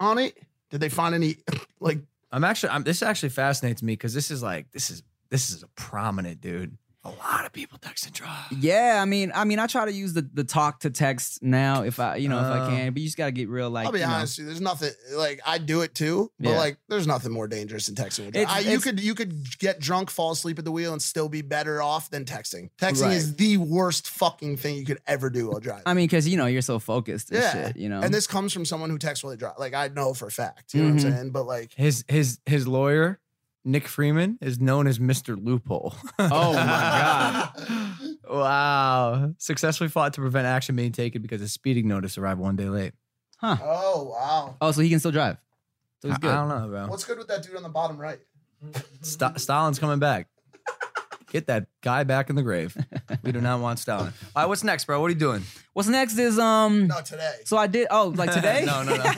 on it. Did they find any (laughs) like I'm actually I'm, this actually fascinates me because this is like this is this is a prominent dude. A lot of people text and drive. Yeah, I mean, I mean, I try to use the, the talk to text now if I, you know, if I Oh. can. But you just gotta get real, like, I'll be you know. honest, with you, there's nothing like I do it too, but Yeah. like there's nothing more dangerous than texting. With It's- I, you it's- could you could get drunk, fall asleep at the wheel, and still be better off than texting. Texting Right. is the worst fucking thing you could ever do while driving. I mean, because you know you're so focused and yeah, shit, you know. and this comes from someone who texts while they drive. Like I know for a fact, you know what I'm Mhm. saying? But like, His his his lawyer Nick Freeman is known as Mr. Loophole. oh my god, (laughs) Wow. Successfully fought to prevent action being taken because a speeding notice arrived one day late. huh? oh wow, Oh, so he can still drive. So he's I- good. I, don't know, bro. what's good with that dude on the bottom right? Sta- Stalin's coming back. Get that guy back in the grave. We do not want Stalin. All right, what's next, bro? What are you doing? What's next is um. No, today. So I did. Oh, like today? (laughs) No, no, no.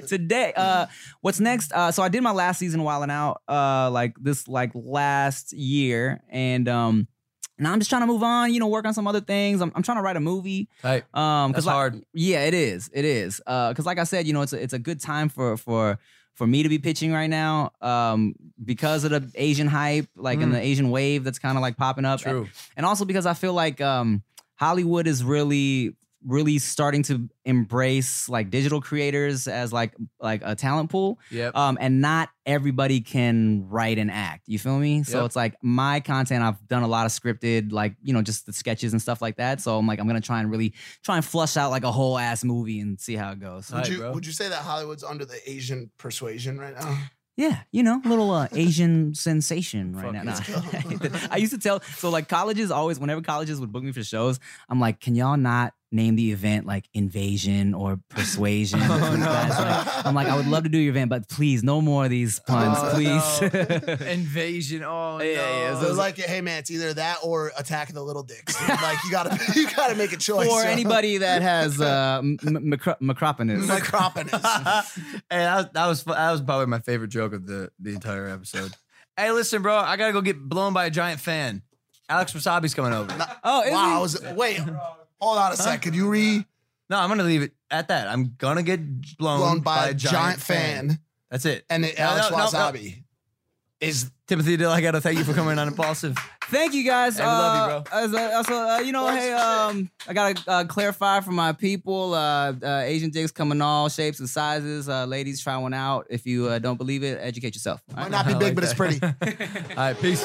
(laughs) today. Uh, what's next? Uh, so I did my last season while and out. Uh, like this, like last year, and um, now I'm just trying to move on. You know, work on some other things. I'm, I'm trying to write a movie. Hey, Um, that's like, hard. Yeah, it is. It is. Uh, because like I said, you know, it's a, it's a good time for for for me to be pitching right now. Um, because of the Asian hype, like Mm. and the Asian wave that's kind of like popping up, and also because I feel like um Hollywood is really really starting to embrace like digital creators as like like a talent pool. Yep. Um, and not everybody can write and act. You feel me? So Yep. it's like my content. I've done a lot of scripted, like you know, just the sketches and stuff like that. So I'm like, I'm gonna try and really try and flush out like a whole ass movie and see how it goes. Would you would you say that Hollywood's under the Asian persuasion right now? (sighs) Yeah, you know, little uh, Asian sensation right now. Fuck (laughs) Nah. I used to tell so like colleges always whenever colleges would book me for shows, I'm like, can y'all not name the event like invasion or persuasion? Oh, You no. guys, like- I'm like, I would love to do your event, but please, no more of these puns, Oh, please. (laughs) Invasion. Oh, Yeah, yeah, no. so So it's like, hey man, it's either that or Attack of the Little Dicks. like you gotta (laughs) you gotta make a choice. or yo. anybody that has uh, m- m- macro- macropenis. (laughs) hey, that was that was, fu- that was probably my favorite joke of the the (laughs) entire episode. hey, listen, bro, I gotta go get blown by a giant fan. Alex Wasabi's coming over. oh, wow. I was- wait, hold on a sec. Could you re? No, I'm gonna leave it at that. I'm gonna get blown, Blown by a giant fan. That's it. And it- No, Alex no, no, no. Wasabi. Is Timothy Dill? I gotta thank you for coming on Impulsive. Thank you guys. Hey, we love you, Uh, as a- also, uh, you know, hey, um, I gotta uh, clarify for my people. Uh, uh, Asian dicks come in all shapes and sizes. Uh, ladies, try one out. If you uh, don't believe it, educate yourself. Might not be big, but it's pretty. (laughs) All right, peace.